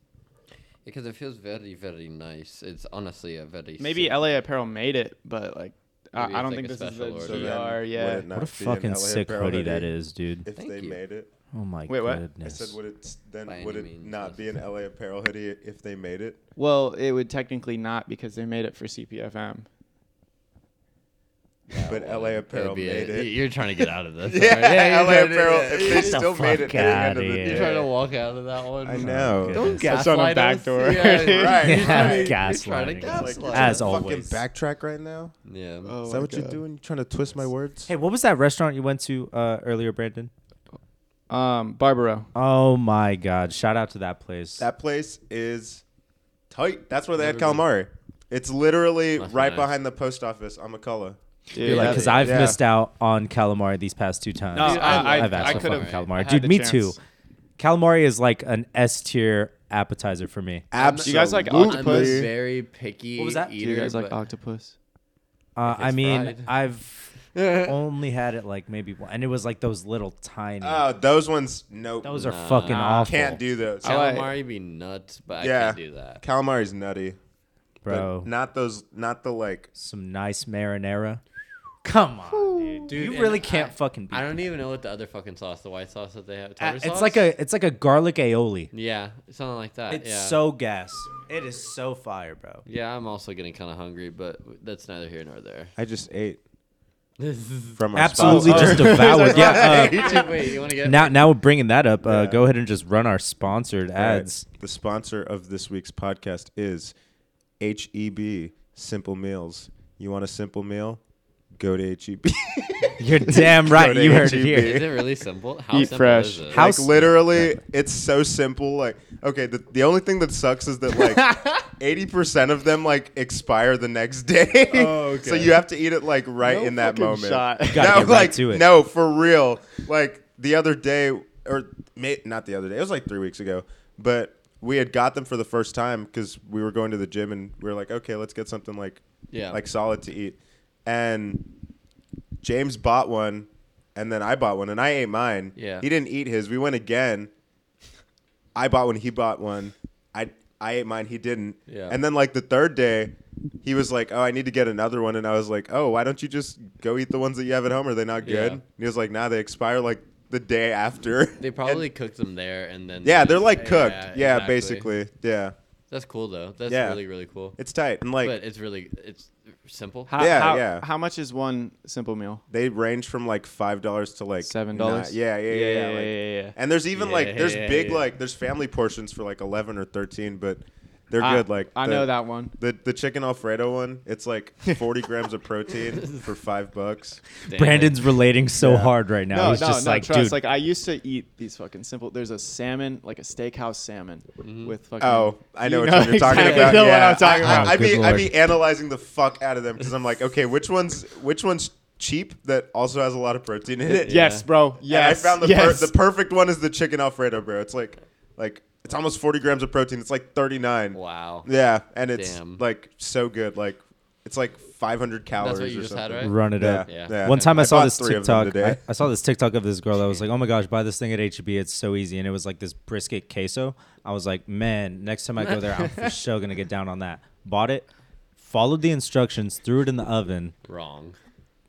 S1: Because it feels very, very nice. It's honestly a very.
S3: Maybe
S1: sick-
S3: LA apparel made it, but like
S1: Maybe
S3: I, I
S1: it's
S3: don't
S1: like
S3: think
S1: a
S3: this is the
S1: special
S3: GR.
S1: order. So then
S3: yeah.
S4: Would it not
S2: What a
S4: be an
S2: fucking
S4: LA
S2: sick
S4: apparel
S2: hoodie that
S4: hoodie
S2: is, dude.
S4: If
S1: Thank
S4: they
S1: you.
S4: made it,
S2: Oh my
S3: Wait, what? I
S4: I
S2: goodness.
S4: said, would it then
S1: By
S4: would
S1: any
S4: it
S1: means
S4: not be an LA apparel hoodie if they made it?
S3: Well, it would technically not because they made it for CPFM.
S4: But
S1: Yeah,
S4: LA
S1: it'd
S4: apparel
S1: be a-
S4: made it.
S1: y- You're trying to get out of this.
S4: Yeah,
S1: alright? you're
S4: LA
S1: trying to-
S4: Apparel.
S1: yeah,
S4: If
S1: you're
S4: they
S2: Get the
S4: still made
S2: fuck
S4: it, at the end of
S2: outta
S4: the
S2: here.
S4: day.
S1: trying to walk out of that one.
S4: I
S1: *laughs*
S4: know.
S2: Don't
S3: That's on a back *laughs*
S1: Yeah,
S3: door.
S4: *laughs* Right.
S1: You're trying to-
S2: Yeah,
S1: you're trying to
S2: gaslighting.
S4: It's
S1: gaslight.
S4: you're
S2: As
S4: trying to
S2: always.
S4: Fucking backtrack right now.
S1: Yeah.
S3: Oh,
S4: Oh Is that what you're doing? You're trying to twist my words.
S2: Hey, what was that restaurant you went to uh, earlier, Brandon?
S3: Um, Barbaro.
S2: Oh my God! Shout out to that place.
S4: That place is tight. That's where they had
S1: Never been.
S4: calamari. It's literally
S1: Must be
S4: right
S1: nice.
S4: behind the post office on McCullough.
S2: You're like,
S1: Yeah,
S2: because
S1: yeah.
S2: I've
S4: Yeah.
S2: missed out on calamari these past two times.
S3: No,
S1: I-
S3: I-
S2: have asked
S1: I
S2: for
S1: could've-
S2: fucking
S1: I
S2: calamari,
S3: had
S2: dude.
S3: the
S2: Me
S3: chance.
S2: too. Calamari is like an S tier appetizer for me.
S4: Absolutely.
S3: you guys like
S1: I'm
S3: octopus?
S1: a very picky
S2: What was that? Do
S1: eater.
S3: you guys like
S1: but-
S3: octopus?
S2: Uh,
S1: If
S2: I
S1: it's
S2: mean,
S1: fried.
S2: I've only had it like maybe one, and it was like those little tiny.
S4: Oh, those ones. Nope.
S2: those are fucking
S1: Nah.
S2: awful,
S4: Can't do those.
S3: I like-
S1: calamari be nuts, but I
S4: Yeah.
S1: can't do that.
S4: Calamari's nutty, but
S2: bro.
S4: not those. Not the like.
S2: Some nice marinara. Come on, dude.
S1: Dude,
S2: you
S1: and
S2: really can't
S1: I-
S2: fucking beat.
S1: I don't even know what the other fucking sauce, the white sauce that they have.
S2: that.
S1: tartar
S2: Uh, it's
S1: sauce?
S2: like a it's like a garlic aioli.
S1: Yeah, something like that.
S2: It's
S1: yeah.
S2: so gas. It is so fire, bro.
S1: Yeah, I'm also getting kind of hungry, but that's neither here nor there. *laughs*
S4: I just ate
S1: Wait,
S4: from our
S2: Absolutely
S4: sponsor. *laughs*
S2: just devoured. yeah. uh,
S1: you want to get
S2: now, now we're bringing that up. Uh,
S4: Yeah.
S2: Go ahead and just run our sponsored ads.
S4: The sponsor of this week's podcast E is HEB Simple Meals. You want a simple meal? Go to E *laughs* HEB.
S2: You're damn right.
S4: Go to
S2: You heard it
S4: H E B.
S2: here.
S1: Is it
S4: *laughs*
S1: really simple? How
S3: Eat
S1: simple
S3: fresh.
S1: is it?
S2: How
S4: like
S2: s-
S4: literally, it's so simple. Like, okay, the, the only thing that sucks is that like eighty percent of them like expire the next day. Oh, *laughs* So okay. you have to eat it like right
S3: No
S4: in that
S3: fucking
S4: moment.
S3: shot. You
S2: gotta
S4: no,
S2: get right
S4: like
S2: to it.
S4: no, for real. Like the other day, or may, not the other day. It was like three weeks ago, but we had got them for the first time because we were going to the gym and we were like, okay, let's get something like
S1: Yeah.
S4: like solid to eat, and James bought one, and then I bought one, and I ate mine.
S1: Yeah.
S4: He didn't eat his. We went again. I bought one. He bought one. I I ate mine. He didn't.
S1: Yeah.
S4: And then like the third day, he was like, "Oh, I need to get another one," and I was like, "Oh, why don't you just go eat the ones that you have at home? Are they not
S1: Yeah.
S4: good?" And he was like, "Nah, they expire like the day after."
S1: They probably cooked them there and then.
S4: *laughs* yeah, they're like
S1: Yeah,
S4: cooked. Yeah,
S1: exactly.
S4: basically. Yeah,
S1: That's cool though. That's
S4: Yeah.
S1: really really cool.
S4: it's tight and like
S1: but it's really it's simple.
S3: How,
S4: Yeah,
S3: how,
S4: yeah.
S3: How much is one simple meal?
S4: they range from like five dollars to like
S3: Seven
S4: nine-
S3: dollars?
S4: Yeah, yeah, yeah, yeah. like-
S3: yeah, yeah.
S4: And there's even like there's
S1: Yeah,
S4: big
S1: yeah.
S4: like there's family portions for like eleven or thirteen, but they're
S3: I-
S4: good. Like
S3: I
S4: the-
S3: know that one.
S4: The the chicken Alfredo one, it's like forty grams of protein for five bucks.
S1: Damn it.
S2: Brandon's relating so hard right now.
S3: No,
S2: He's
S3: no,
S2: just
S3: no.
S2: like,
S3: trust.
S2: dude,
S3: Like I used to eat these fucking simple. There's a salmon, like a steakhouse salmon,
S2: Mm-hmm.
S3: with fucking.
S4: Oh, I know
S3: You
S4: what
S3: know
S4: you're talking
S3: exactly
S4: about.
S3: what
S4: yeah.
S3: I'm talking
S4: I,
S2: about.
S4: I, I be
S2: Good
S4: I be
S2: lord.
S4: analyzing the fuck out of them because I'm like, okay, which one's which one's cheap that also has a lot of protein in it?
S3: Yes, bro.
S4: And I
S3: Yes.
S4: found the
S3: yes.
S4: per- the perfect one is the chicken Alfredo, bro. It's like like it's almost forty grams of protein. It's like thirty nine.
S1: Wow.
S4: Yeah, and it's
S1: Damn.
S4: like so good. Like it's like 500 calories.
S1: what you
S4: or
S1: just had,
S4: something.
S1: right?
S2: run it up.
S1: Yeah.
S2: One time I, saw
S4: bought
S2: this
S4: three of them
S2: TikTok.
S4: today.
S2: I, I saw this TikTok of this girl that was
S4: *laughs*
S2: like, "Oh my gosh, buy this thing at HEB. It's so easy." And it was like this brisket queso. I was like, "Man, next time I go there, I'm for
S4: *laughs*
S2: sure gonna get down on that." Bought it, followed the instructions, threw it in the oven.
S1: Wrong.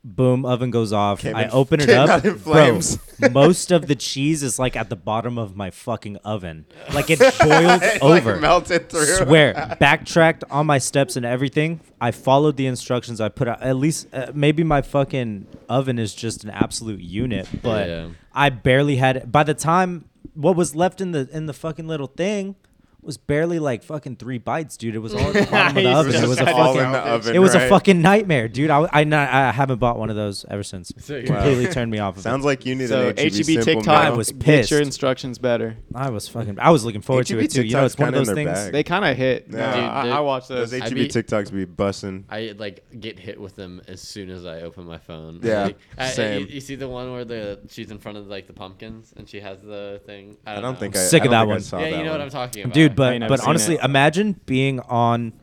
S2: Boom, oven goes off.
S4: Came
S2: I
S4: in-
S2: open it
S4: came
S2: up.
S4: out in
S2: Bro,
S4: flames.
S2: *laughs* most of the cheese is like at the bottom of my fucking oven. Like it boiled
S4: It,
S2: over.
S4: *laughs* Like melted through. *laughs*
S2: Swear, backtracked on my steps and everything. I followed the instructions I put out. At least, uh, maybe my fucking oven is just an absolute unit, but
S1: Yeah.
S2: I barely had. It. By the time what was left in the in the fucking little thing was barely like fucking three bites, dude. It was all at the
S4: *laughs*
S2: bottom of the oven.
S3: He's
S4: It was just
S2: It was a
S4: all in
S2: fucking.
S4: the oven.
S2: It was a
S4: right?
S2: fucking nightmare, dude. I, I, not, I haven't bought one of those ever since.
S1: So you're-
S2: Completely turned me off of
S4: *laughs* Sounds like you need
S3: So
S4: an HEB,
S3: HEB
S4: simple
S3: TikTok
S4: meal.
S2: I was pissed.
S3: Get your instructions better.
S2: it. I was fucking. I was looking forward to
S4: HEB
S2: it too. You know,
S4: E TikTok's
S2: it's one of
S4: kinda in
S2: those
S4: their
S2: things.
S4: bag.
S3: They kind of hit.
S4: Yeah.
S3: No,
S4: Dude,
S3: I,
S1: they-
S3: I watch
S4: Those
S3: those.
S2: E
S4: HEB
S1: I be-
S4: E TikToks be bussing.
S1: I like get hit with them as soon as I open my phone.
S4: Yeah,
S1: Like, I- I-
S4: same.
S1: you, you see the one where the she's in front of like the pumpkins and she has the thing. I
S4: I
S1: don't,
S4: don't
S1: know.
S4: think I.
S2: Sick
S4: I
S2: of
S4: don't
S2: that
S4: think I
S2: one.
S4: saw
S1: yeah, you
S4: that
S1: know what I'm
S4: one.
S1: talking about,
S2: dude
S3: ain't
S2: but
S3: never
S2: but
S3: seen
S2: honestly
S3: it.
S2: imagine being on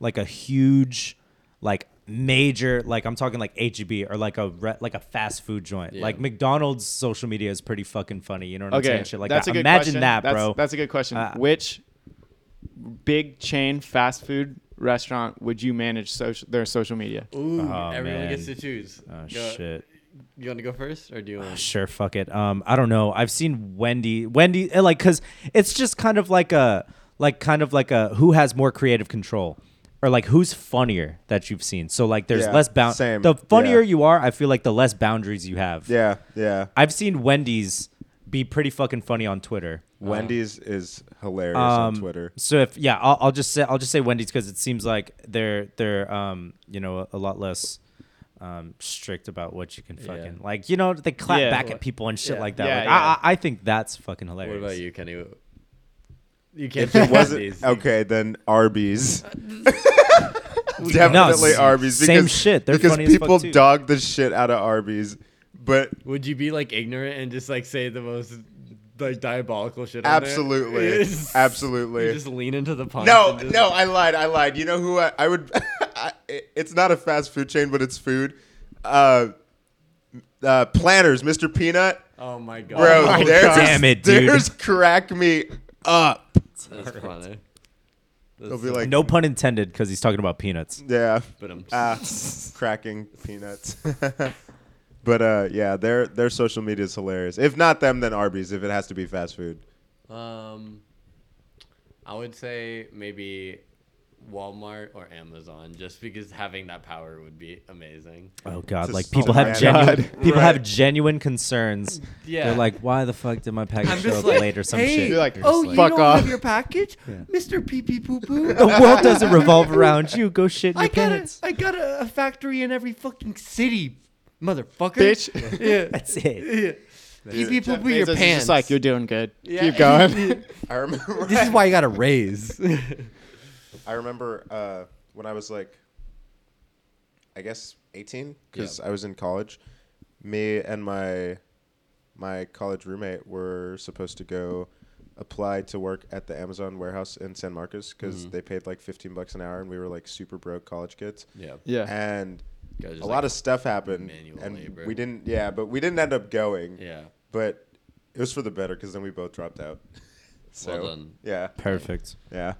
S2: like a huge like major like i'm talking like heb or like a re- like a fast food joint
S1: Yeah.
S2: like mcdonald's social media is pretty fucking funny you know what i'm
S3: Okay,
S2: saying shit like
S3: that's
S2: that
S3: a good
S2: imagine
S3: question.
S2: that
S3: That's-
S2: bro
S3: That's, a good question.
S2: Uh,
S3: Which big chain fast food restaurant would you manage social their social media?
S1: Ooh,
S2: Oh,
S1: everyone
S2: man.
S1: gets to choose.
S2: oh
S1: Go-
S2: shit
S1: You want to go first, or do you want?
S2: Sure, fuck it. Um, I don't know. I've seen Wendy, Wendy, eh, like, cause it's just kind of like a, like, kind of like a who has more creative control, or like who's funnier that you've seen. So like, there's
S4: Yeah,
S2: less bound.
S4: same.
S2: The funnier
S4: Yeah.
S2: you are, I feel like the less boundaries you have.
S4: Yeah, yeah.
S2: I've seen Wendy's be pretty fucking funny on Twitter.
S4: Wendy's is hilarious on
S2: Um,
S4: Twitter.
S2: So if yeah, I'll, I'll just say I'll just say Wendy's because it seems like they're they're um you know a lot less um strict about what you can fucking like you know they clap
S3: Yeah.
S2: back at people and shit
S1: Yeah.
S2: like that.
S3: Yeah,
S2: like,
S3: yeah.
S2: I, I I think that's fucking
S1: What
S2: hilarious.
S1: about you, Kenny? You can't.
S4: If it
S1: pick
S2: *laughs*
S4: wasn't
S1: these.
S4: okay, then Arby's. *laughs*
S2: No,
S4: Definitely
S2: s-
S4: Arby's.
S2: same
S4: because-
S2: shit. They're
S4: because
S2: funny as fuck,
S4: people
S2: too.
S4: dog the shit out of Arby's, but
S1: Would you be like ignorant and just like say the most like diabolical shit? on there? You *laughs*
S4: absolutely,
S1: just- You
S4: *laughs* absolutely.
S1: just lean into the punch.
S4: No,
S1: and just-
S4: no, I lied. I lied. You know who I, I would? *laughs* I, it- it's not a fast food chain, but it's food. Uh, uh, planners, Mr. Peanut,
S1: Oh my god,
S4: bro.
S2: my
S4: there's,
S2: God. Damn it, dude.
S4: There's crack me up.
S1: *laughs* that's
S4: *laughs*
S1: funny. That's
S4: They'll be like,
S2: No pun intended because he's talking about peanuts. *laughs*
S4: yeah,
S1: but um, I'm
S4: ah, cracking peanuts. *laughs* but uh, yeah, their their social media is hilarious. If not them, then Arby's. If it has to be fast food,
S1: Um, I would say maybe Walmart or Amazon just because having that power would be amazing.
S2: Oh God!
S4: It's a
S2: Like
S4: small
S2: people have
S4: man.
S2: genuine
S3: God.
S2: *laughs* people
S4: Right.
S2: have genuine concerns.
S1: Yeah.
S2: They're like, why the fuck did my package
S1: I'm
S2: show
S1: just
S2: up
S1: like,
S2: late or some
S1: hey,
S2: shit?
S3: You're like,
S1: oh,
S2: Just
S1: you
S3: fuck
S1: don't
S3: off.
S1: have your package, Mister Pee Pee Poo Poo.
S2: the world doesn't revolve around you. Go shit in your
S1: I got a,
S2: pants.
S1: I got a, a factory in every fucking city, motherfucker.
S3: Bitch.
S2: *laughs*
S1: Yeah.
S2: That's it.
S1: yeah. Pee pee poo
S3: *laughs*
S4: Jeff
S1: poo your
S3: Bezos is
S1: pants.
S3: just like you're doing good.
S1: Yeah.
S2: *laughs*
S3: Keep going.
S4: I remember.
S1: this is why you got a raise.
S4: I remember uh, when I was like, I guess eighteen, because I was in college. Me and my my college roommate were supposed to go apply to work at the Amazon warehouse in San Marcos because
S1: Mm-hmm.
S4: they paid like fifteen bucks an hour, and we were like super broke college kids.
S1: yeah.
S3: yeah.
S4: And
S1: Guys,
S4: a
S1: just,
S4: lot
S1: like,
S4: of stuff happened,
S1: manual
S4: and
S1: labor.
S4: we didn't. Yeah, but we didn't end up going.
S1: Yeah.
S4: But it was for the better because then we both dropped out. *laughs* so
S1: done.
S4: yeah,
S2: Perfect.
S4: yeah.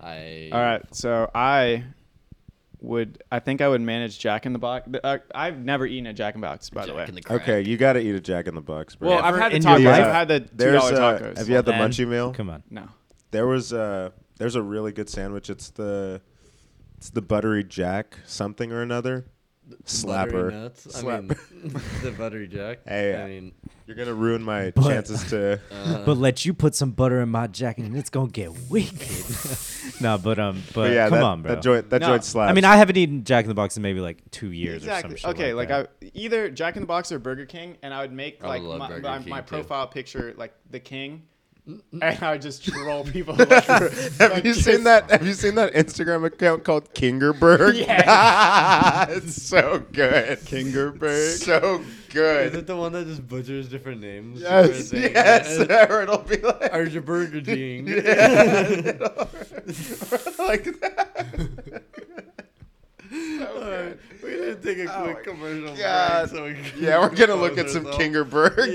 S1: I.
S3: All right. So I would. I think I would manage Jack in the Box. Uh, I've never eaten a Jack in the Box, by the way.
S1: Jack in the crack.
S4: Okay, you got to eat a Jack in the Box, bro.
S3: well, I've
S2: Ever
S3: had the
S2: in your
S3: tacos.
S2: life?
S3: I've had the two
S4: There's,
S3: dollar
S4: uh,
S3: tacos.
S4: Have you had the
S2: Then-
S4: munchie meal?
S2: Come on.
S3: no.
S4: There was uh there's a really good sandwich. It's the it's the buttery jack something or another.
S1: Buttery
S4: Slapper.
S1: nuts. I mean, *laughs* the buttery jack.
S4: Hey, uh,
S1: I mean,
S4: *laughs* You're gonna ruin my
S2: But-
S4: chances to
S2: but let you put some butter in my jacket and it's gonna get *laughs* wicked. nah, but um, but,
S4: but yeah,
S2: come
S4: that,
S2: on, bro.
S4: That joint that
S3: No,
S4: joint slaps.
S2: I
S3: *laughs*
S2: mean, I haven't eaten Jack in the Box in maybe like two years or
S3: Exactly.
S2: some shit.
S3: okay,
S2: like,
S3: like,
S2: that.
S3: I either Jack in the Box or Burger King, and I would make
S1: I would
S3: like
S1: love
S3: my,
S1: Burger
S3: my,
S1: King,
S3: my
S1: too.
S3: profile picture like the king, and I would just troll people. *laughs* like,
S4: *laughs* have you
S3: *laughs*
S4: seen that? Have you seen that Instagram account called Kingerberg? *laughs*
S3: Yeah.
S4: it's so good. Kingerberg, so
S1: is
S4: good.
S1: it the one that just butchers different names?
S4: Yes, *laughs* yes. Or it'll be like
S1: Burger
S4: *laughs*
S1: King.
S4: like
S1: *laughs*
S4: that.
S1: Alright, we're gonna take a
S4: Oh
S1: quick
S4: my
S1: commercial
S4: God.
S1: break. So we can
S4: Yeah, we're gonna look at
S1: compose
S4: some
S1: ourselves.
S4: Kingerberg.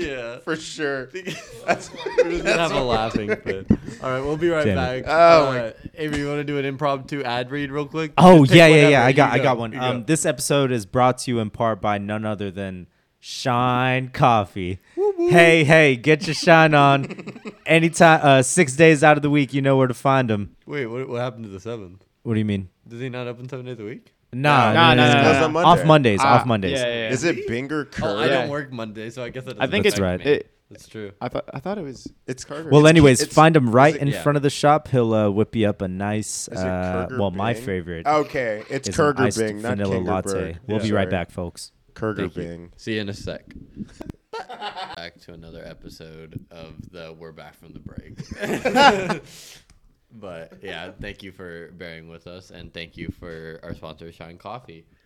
S1: *laughs* Yeah.
S4: for sure. *laughs*
S1: *laughs* That's, we're just gonna have a laughing fit. All right, we'll be right
S2: Damn
S1: back.
S2: it.
S4: Oh my-
S1: uh, Avery, you want to do an impromptu ad read real quick?
S2: Oh
S1: Just pick
S2: yeah, yeah,
S1: whatever.
S2: yeah. I got,
S1: You
S2: I got one.
S1: You
S2: Um, this episode is brought to you in part by none other than Shine Coffee. Hey, hey, get your shine on. Anytime, uh, six days out of the week, you know where to find them.
S1: Wait, what, what happened to the seventh?
S2: What do you mean?
S1: Does he not open seven days a week?
S2: Nah,
S3: No, no, no, no,
S4: no, no.
S2: off Mondays, off
S3: Ah,
S2: Mondays.
S3: Yeah, yeah, yeah.
S4: Is it Binger Curry?
S1: Oh, I
S3: Yeah.
S1: don't work Monday, so I guess that
S3: I think
S2: That's
S3: it's
S2: right.
S3: right.
S1: right.
S3: It,
S1: That's true.
S3: I thought I thought it was.
S4: It's Carver.
S2: Well,
S4: It's-
S2: anyways,
S4: it's-
S2: find him right
S4: is it-
S2: in
S1: yeah.
S2: front of the shop. He'll uh, whip you up a nice,
S4: is it
S2: uh,
S4: Kurger
S2: well, my
S4: Bing?
S2: favorite
S4: Okay, Oh, it's
S2: is an
S4: Kurger
S2: iced
S4: Bing, not
S2: vanilla
S4: Kingerberg.
S2: latte. We'll be right back, folks.
S4: Kurger
S1: Thank you.
S4: Bing.
S1: See you in a sec. *laughs* back to another episode of the We're Back from the Break. *laughs* but yeah, thank you for bearing with us, and thank you for our sponsor, Shine Coffee. *laughs*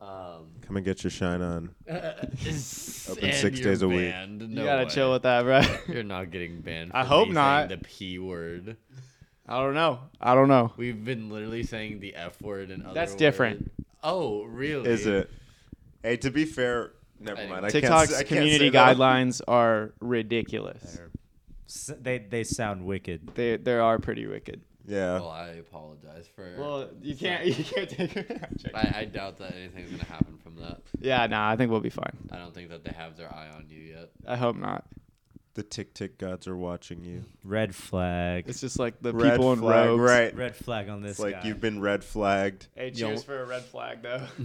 S1: Um,
S4: Come and get your shine on.
S1: Open
S4: six days a week.
S1: No
S3: You gotta
S1: way.
S3: chill with that, bro. *laughs*
S1: You're not getting banned.
S3: I
S1: for
S3: hope
S1: me saying
S3: not.
S1: The p word.
S3: I don't know. I don't know.
S1: We've been literally saying the f word and other.
S3: That's different.
S1: words. Oh, really?
S4: Is it? Hey, to be fair, never
S1: Anyway.
S4: mind. I can't,
S3: TikTok's
S4: s- I can't
S3: community
S4: say that.
S3: guidelines are ridiculous.
S2: S- they they sound wicked.
S3: They they are pretty wicked.
S1: Well,
S4: Yeah.
S1: I apologize for.
S3: Well, you can't
S4: *laughs*
S3: you can't take it.
S1: I, I doubt that anything's gonna happen from that.
S3: Yeah, nah, I think we'll be fine.
S1: I don't think that they have their eye on you yet.
S3: I hope not.
S4: The tick tick gods are watching you.
S2: Red flag.
S3: It's just like the
S4: Red
S3: people in
S4: flag,
S3: robes.
S4: right?
S2: Red flag on this
S4: It's like
S2: guy.
S4: you've been red flagged.
S3: Hey,
S1: Yo.
S3: cheers for a red flag though.
S4: *laughs*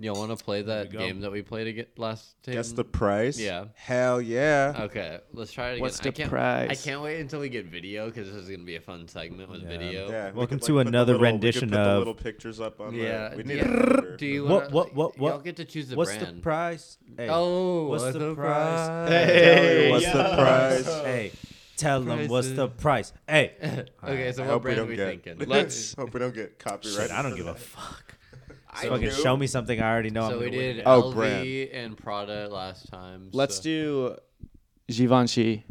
S1: You want to play that
S2: we go.
S1: game that we played again last time?
S4: Guess the price.
S1: Yeah.
S4: Hell yeah.
S1: Okay, let's try it again.
S3: What's
S1: I
S3: the
S1: can't, I
S3: prize?
S1: can't wait until we get video because this is gonna be a fun segment with
S2: Yeah.
S1: video.
S4: Yeah, we
S2: Welcome
S4: could,
S2: to
S4: like, put the
S2: another
S4: little- we could
S2: rendition
S4: put the
S2: of-
S4: little pictures up on
S1: Yeah,
S4: the. We need
S1: yeah.
S4: a monitor.
S1: Do you
S2: What-
S1: want
S2: what- what- what-
S1: Y'all get to choose the
S2: What's
S1: brand.
S2: the price? Hey,
S1: Oh,
S2: what's
S1: what's
S2: the,
S1: the
S2: price?
S1: price?
S3: Hey,
S4: Hey, what's the
S3: yo.
S4: price?
S2: Hey, tell them what's the
S1: Prices.
S2: price. Hey,
S1: *laughs* okay, so
S4: I
S1: what
S4: hope we
S1: brand
S4: don't
S1: we
S4: get. *laughs*
S1: thinking?
S4: Let's hope we don't get copyrighted.
S2: shit, I don't
S4: for
S2: give a
S4: that.
S2: fuck.
S4: I
S2: Fucking
S4: do.
S2: show me something I already know. I'm
S1: So we
S2: gonna win.
S1: did
S4: Oh,
S1: LV
S4: brand.
S1: and Prada last time.
S3: Let's
S1: so-
S3: do Givenchy.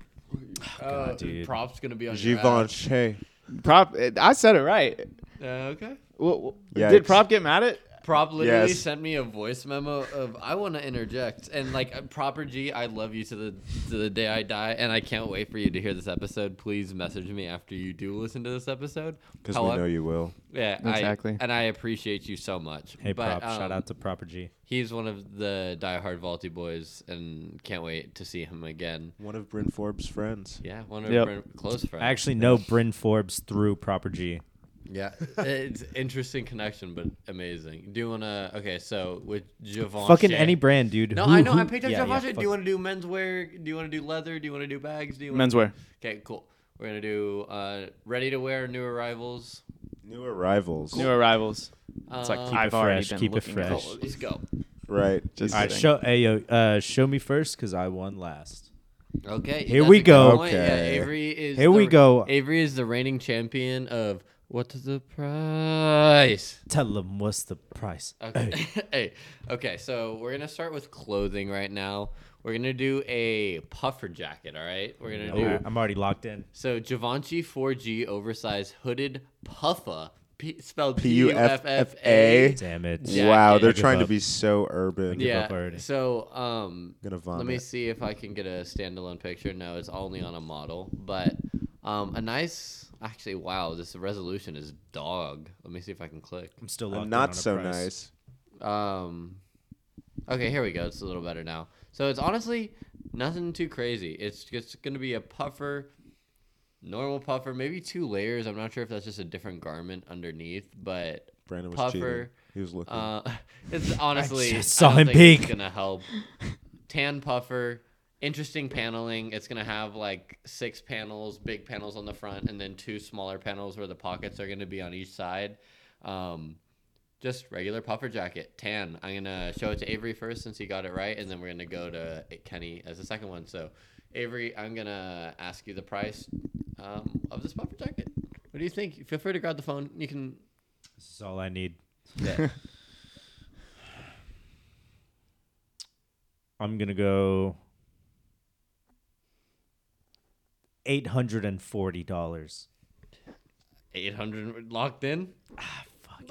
S1: Uh,
S2: dude.
S1: Props gonna be on your ass.
S4: Givenchy.
S3: Prop, eh, I said it right.
S1: Uh, okay.
S3: Well,
S4: Yikes.
S3: did Prop get mad at?
S1: Prop literally
S4: Yes.
S1: sent me a voice memo of I want to interject and like uh, proper G I love you to the to the day I die and I can't wait for you to hear this episode. Please message me after you do listen to this episode.
S4: Because we
S1: However-
S4: know you will.
S1: Yeah, I-
S3: Exactly.
S1: and I appreciate you so much.
S2: Hey,
S1: But,
S2: prop. shout
S1: um,
S2: out to Proper G.
S1: He's one of the diehard Vaulty boys and can't wait to see him again.
S4: One of Bryn Forbes' friends.
S1: Yeah, one of
S3: Yep.
S1: our close friends.
S2: I actually know Bryn Forbes through Proper G.
S1: Yeah, it's interesting connection, but amazing. Do you wanna? Okay, so with Givenchy,
S2: Fucking any brand, dude.
S1: No,
S2: Who-
S1: I know. I
S2: who-
S1: picked up
S2: yeah, yeah,
S1: Givenchy. do
S2: fuck-
S1: you want to do menswear? Do you want to do leather? Do you want to do bags? Do you wanna...
S3: Menswear.
S1: Okay, cool. We're gonna do uh, ready to wear new arrivals.
S4: New arrivals.
S3: New arrivals. It's like
S1: Um,
S3: I've
S2: it
S3: already
S2: fresh,
S3: been
S2: keep it
S3: looking at
S2: fresh.
S1: Cool, let's go.
S4: right.
S3: Just
S2: All right,
S3: kidding.
S2: show hey, yo, uh, show me first because I won last.
S1: Okay.
S2: Here
S1: that's
S2: we
S1: a good
S2: go.
S1: point. Yeah,
S4: Okay.
S1: Avery is.
S2: Here we
S1: the-
S2: go.
S1: Avery is the reigning champion of what's the price?
S2: Tell them what's the price.
S1: Okay. *laughs* Hey. Okay, so we're gonna start with clothing right now. We're gonna do a puffer jacket. All right. We're gonna
S2: All right,
S1: do
S2: Oh, I'm already locked in.
S1: so Givenchy 4G oversized hooded puffa, p- spelled P U F F
S4: P-U-F-F-A.
S1: A.
S2: Damn it.
S1: Yeah.
S4: Wow,
S1: okay.
S4: they're
S1: I
S2: give
S4: trying to
S2: up.
S4: be so urban.
S2: give up
S1: Yeah.
S2: already.
S1: So um,
S4: Gonna
S1: let me
S4: vomit.
S1: see if I can get a standalone picture. No, it's only on a model, but um, a nice. Actually, wow, this resolution is dog. Let me see if I can click.
S2: I'm still locked in
S4: I'm
S2: on
S4: not
S2: a
S4: so
S2: price.
S4: nice.
S1: Um, okay, here we go. It's a little better now. So it's honestly nothing too crazy. It's just gonna be a puffer, normal puffer, maybe two layers. I'm not sure if that's just a different garment underneath, but
S4: Brandon was cheating.
S1: puffer.
S4: He was looking.
S1: Uh, *laughs* it's honestly
S2: just saw
S1: I don't
S2: him
S1: think it's
S2: peek.
S1: gonna help. Tan puffer, interesting paneling. It's gonna have like six panels, big panels on the front, and then two smaller panels where the pockets are gonna be on each side. Um, just regular puffer jacket, tan. I'm gonna show it to Avery first since he got it right, and then we're gonna go to Kenny as the second one. So, Avery, I'm gonna ask you the price um, of this puffer jacket. What do you think? Feel free to grab the phone. You can.
S2: This is all I need. I'm gonna go eight hundred and forty dollars.
S1: 800 locked in.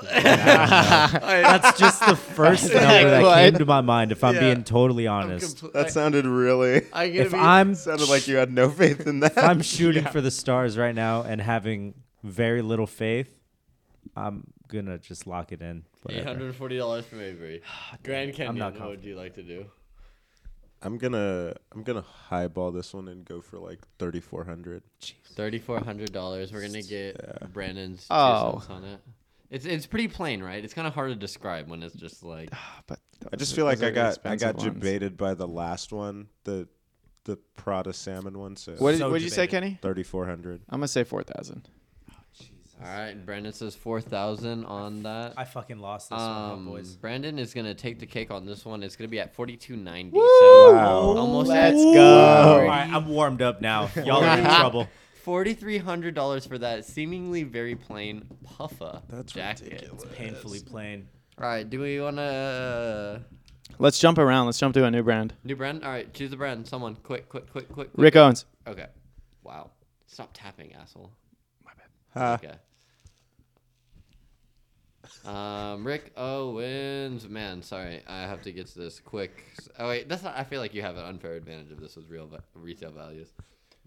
S2: That's just the first number that
S3: What?
S2: came to my mind. If I'm
S1: Yeah.
S2: being totally
S1: I'm
S2: honest,
S1: compl-
S4: that
S1: I-
S4: sounded really. *laughs*
S1: I get
S2: if I'm
S4: sounded like you had no faith in
S2: *laughs*
S4: that.
S2: if I'm shooting for the stars right now and having very little faith, I'm gonna just lock it in.
S1: eight
S2: Whatever.
S1: hundred and forty dollars from
S2: *sighs*
S1: Avery. Grand Canyon.
S2: not
S1: what would you like to do?
S4: I'm gonna I'm gonna highball this one and go for like 3400.
S1: Thirty four hundred dollars. We're gonna get Brandon's two
S3: Oh.
S1: cents on it. It's it's pretty plain, right? It's kind of hard to describe when it's just
S2: *sighs*
S1: like
S3: But
S4: I just feel like I got I got
S3: debated.
S4: debated by the last one, the the Prada salmon one. So
S3: What did,
S2: So
S3: what did you say,
S2: debated.
S3: Kenny?
S4: 3400.
S3: I'm gonna say four thousand.
S1: all right. Brandon says four thousand on that.
S2: I fucking lost this one,
S1: Um,
S2: huh, boys.
S1: Brandon is gonna take the cake on this one. It's gonna be at forty two ninety. So
S2: Oh
S4: Wow.
S1: almost
S3: Let's
S1: at
S2: All
S3: go.
S2: right, I'm warmed up
S4: *laughs*
S2: now. Y'all are in trouble.
S1: forty three hundred dollars for that seemingly very plain puffa
S4: That's
S1: jacket.
S4: ridiculous.
S2: Painfully plain.
S1: All right. Do we wanna?
S3: Let's jump around. Let's jump to a new brand.
S1: New brand? All right, choose a brand. Someone, quick, quick, quick, quick. quick.
S3: Rick Owens.
S1: Okay. Wow. Stop tapping, asshole.
S4: Ha.
S1: Okay. Um, Rick Owens, man, sorry, I have to get to this quick. Oh wait, that's not. I feel like you have an unfair advantage if this was real va- retail values,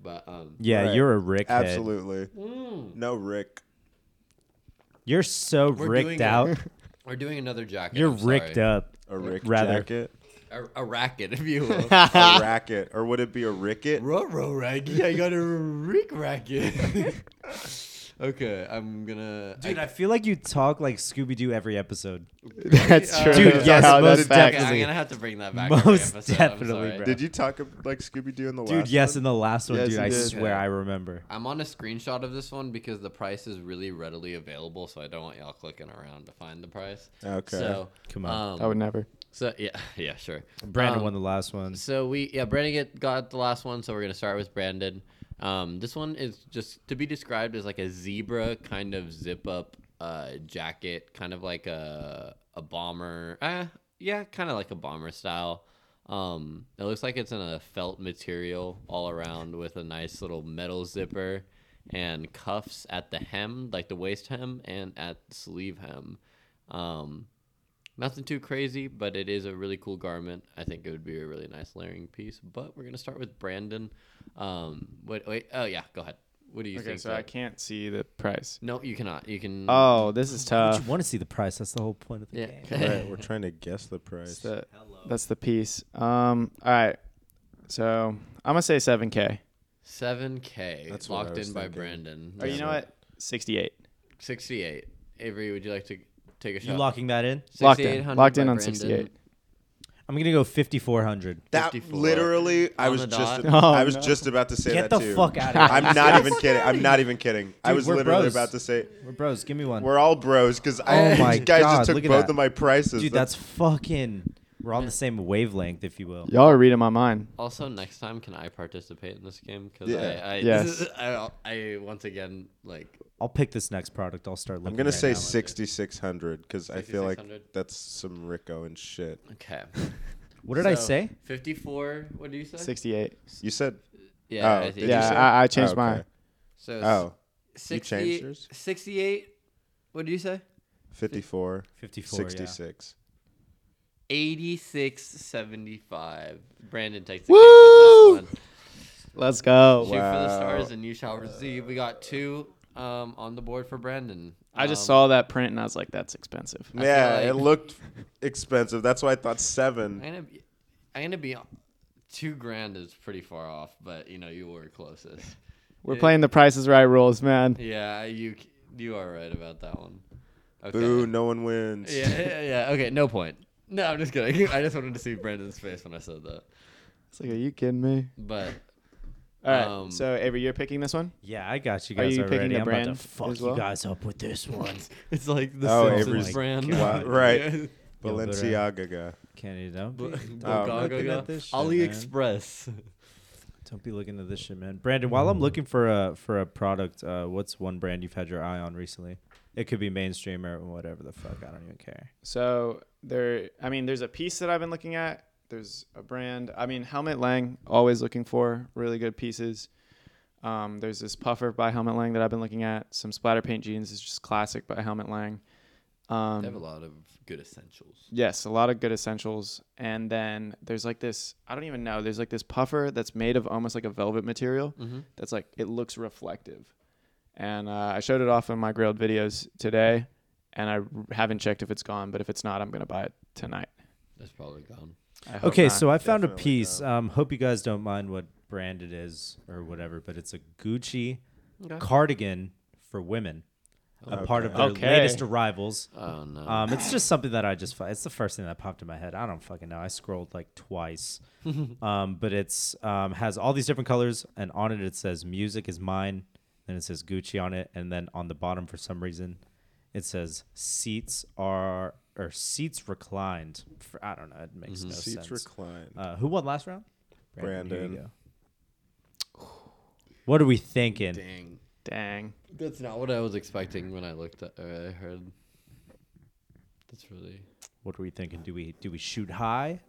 S1: but um,
S2: Yeah,
S4: Right.
S2: you're a Rick. Absolutely.
S4: Absolutely.
S1: Mm.
S4: No Rick.
S2: You're so
S1: We're
S2: ricked
S1: doing *laughs*
S2: out.
S1: it. we're doing another jacket.
S2: You're
S1: I'm
S2: ricked
S1: sorry.
S2: up.
S4: A Rick
S2: Rather. *laughs*
S4: jacket.
S1: A, a racket, if you will.
S4: *laughs* a racket. Or would it be a ricket?
S1: Row row racket. I got a Rick racket. *laughs* okay, I'm gonna.
S2: Dude, I feel like you talk like Scooby Doo every episode.
S3: *laughs*
S1: Uh,
S3: That's true.
S2: Dude, yes,
S3: Wow,
S2: most
S3: that's
S1: Okay,
S3: facts.
S2: definitely.
S1: I'm gonna have to bring that back.
S2: Most
S1: every episode, I'm
S2: definitely,
S1: sorry.
S2: bro.
S4: Did you talk ab- like Scooby Doo in the
S2: Dude,
S4: last?
S2: yes,
S4: one?
S2: in the last one,
S4: Yes,
S2: dude,
S4: you
S2: I
S4: did.
S2: swear
S1: Yeah.
S2: I remember.
S1: I'm on a screenshot of this one because the price is really readily available, so I don't want y'all clicking around to find the price.
S4: Okay.
S1: So
S2: Come on.
S1: um,
S3: I would never.
S1: so yeah, *laughs* yeah, sure.
S2: Brandon
S1: Um,
S2: won the last one.
S1: So we yeah, Brandon get, got the last one, so we're gonna start with Brandon. Um, this one is just to be described as like a zebra kind of zip up uh, jacket, kind of like a a bomber. Uh, yeah, kind of like a bomber style. Um, it looks like it's in a felt material all around with a nice little metal zipper and cuffs at the hem, like the waist hem and at the sleeve hem. Um, Nothing too crazy, but it is a really cool garment. I think it would be a really nice layering piece. But we're gonna start with Brandon. Um, wait, wait. Oh yeah, go ahead. What do you
S3: Okay,
S1: think?
S3: so I
S1: Zach?
S3: can't see the price.
S1: No, you cannot. You can.
S3: Oh, this is
S2: But
S3: tough.
S2: you want to see the price. That's the whole point of the
S1: yeah.
S2: game.
S1: *laughs*
S2: *laughs*
S4: Right, we're trying to guess the
S3: That's
S4: price.
S3: the, that's the piece. Um, all right. So I'm gonna say seven k.
S1: Seven K.
S4: That's what I
S1: locked
S4: was
S1: in by
S4: thinking. Oh,
S1: Brandon.
S3: Or you know what? Sixty eight.
S1: 68. Avery, would you like to take a shot?
S2: You locking that in?
S3: Locked in.
S1: 6800
S3: Locked in
S1: by
S3: on
S1: Brendan.
S3: 68.
S2: I'm gonna go 5400.
S4: That
S1: 54.
S4: literally, I
S1: On
S4: was
S1: the
S4: just,
S1: dot.
S3: Oh,
S4: I was
S3: no.
S4: just about to say
S2: Get
S4: that
S2: the
S4: too.
S2: fuck out
S4: *laughs*
S2: of here.
S4: I'm not even kidding. I'm not even kidding. I
S2: Dude,
S4: was
S2: we're
S4: literally
S2: bros.
S4: about to say
S2: We're bros. Give me one.
S4: we're all bros because
S2: Oh
S4: I
S2: my
S4: *laughs* you guys
S2: God,
S4: just took
S2: look at
S4: both
S2: that.
S4: of my prices.
S2: Dude, that's fucking. We're on the same wavelength, if you will.
S3: Y'all are reading my mind.
S1: Also, next time, can I participate in this game? Because
S4: Yeah.
S1: I, I,
S3: Yes.
S1: I, I, once again, like,
S2: I'll pick this next product. I'll start looking.
S4: I'm gonna
S2: right
S4: say
S2: now.
S4: 6600 because I feel like
S1: 6600.
S4: that's some Rico and shit.
S1: okay.
S2: What did I
S1: So,
S2: say?
S1: 54. What do you say?
S3: 68.
S4: You said
S1: Yeah.
S4: Oh,
S1: I
S4: did
S1: think
S4: you
S3: Yeah,
S4: say-
S3: I- I changed
S4: Oh,
S3: mine.
S1: So
S4: okay.
S1: s-
S4: Oh,
S1: 60,
S4: changed yours?
S1: 68. What do you say?
S4: 54,
S2: 54. yeah.
S4: 66.
S1: 86.75. Brandon takes the
S3: Woo!
S1: cake with this one.
S3: Let's go.
S1: Shoot for the
S4: Wow.
S1: stars and you shall receive. We got two um, on the board for Brandon.
S3: I just
S1: Um,
S3: saw that print and I was like, that's expensive.
S4: Yeah,
S1: like-
S4: it looked expensive. That's why I thought seven.
S1: I'm gonna be, I'm gonna be two grand is pretty far off, but you know you were closest.
S3: We're
S1: Yeah.
S3: playing the prices right rules, man.
S1: Yeah, you c- you are right about that one. Okay.
S4: Boo! No one wins.
S1: Yeah, yeah, yeah. Okay, no point. No, I'm just kidding. *laughs* I just wanted to see Brandon's face when I said that.
S3: It's like, are you kidding me?
S1: But
S3: All right.
S1: Um,
S3: so, Avery, you're picking this one?
S2: Yeah, I got you
S3: Are
S2: guys
S3: you
S2: already.
S3: picking the
S2: I'm about to
S3: brand
S2: fuck
S3: as well?
S2: you guys up with this
S4: *laughs*
S2: one.
S1: it's like the
S4: Oh,
S1: Simpsons *laughs*
S4: Avery's-
S1: brand.
S4: Wow, right. *laughs* Balenciaga.
S2: Can you know?
S1: Bu-
S2: Don't be
S4: Oh,
S1: Bulgaga-
S2: looking at this shit, man.
S1: AliExpress.
S2: Don't be looking at this shit, man. Brandon, while
S3: Mm.
S2: I'm looking for a for a product, uh, what's one brand you've had your eye on recently? It could be mainstream or whatever the fuck. I don't even care.
S3: So, there, I mean, there's a piece that I've been looking at. There's a brand. I mean, Helmet Lang, always looking for really good pieces. Um, there's this puffer by Helmet Lang that I've been looking at. Some splatter paint jeans is just classic by Helmet Lang. Um,
S1: They have a lot of good essentials.
S3: Yes, a lot of good essentials. And then there's like this, I don't even know, there's like this puffer that's made of almost like a velvet material
S2: Mm-hmm.
S3: that's like, it looks reflective. And uh, I showed it off in my grilled videos today, and I r- haven't checked if it's gone, but if it's not, I'm going to buy it tonight.
S1: That's probably gone.
S3: I hope
S2: Okay,
S3: not.
S2: so I found a
S4: Oh, Definitely
S2: piece.
S4: not.
S2: Um, hope you guys don't mind what brand it is or whatever, but it's a Gucci
S1: Okay.
S2: cardigan for women, a part of
S4: Okay.
S2: their
S3: Okay.
S2: latest arrivals.
S1: Oh no.
S2: Um, it's just something that I just fi- it's the first thing that popped in my head. I don't fucking know. I scrolled like twice, um, but it's um, has all these different colors, and on it it says "Music is mine," then it says Gucci on it, and then on the bottom for some reason it says "Seats are or seats reclined." For, I don't know. It makes no
S4: Mm-hmm. Seats
S2: sense.
S4: reclined.
S2: uh, who won last round? here you
S4: Brandon.
S2: go. *sighs* What are we thinking?
S1: Dang.
S3: Dang.
S1: That's not what I was expecting when I looked at or I heard. That's really.
S2: What are we thinking? Do we do we shoot high?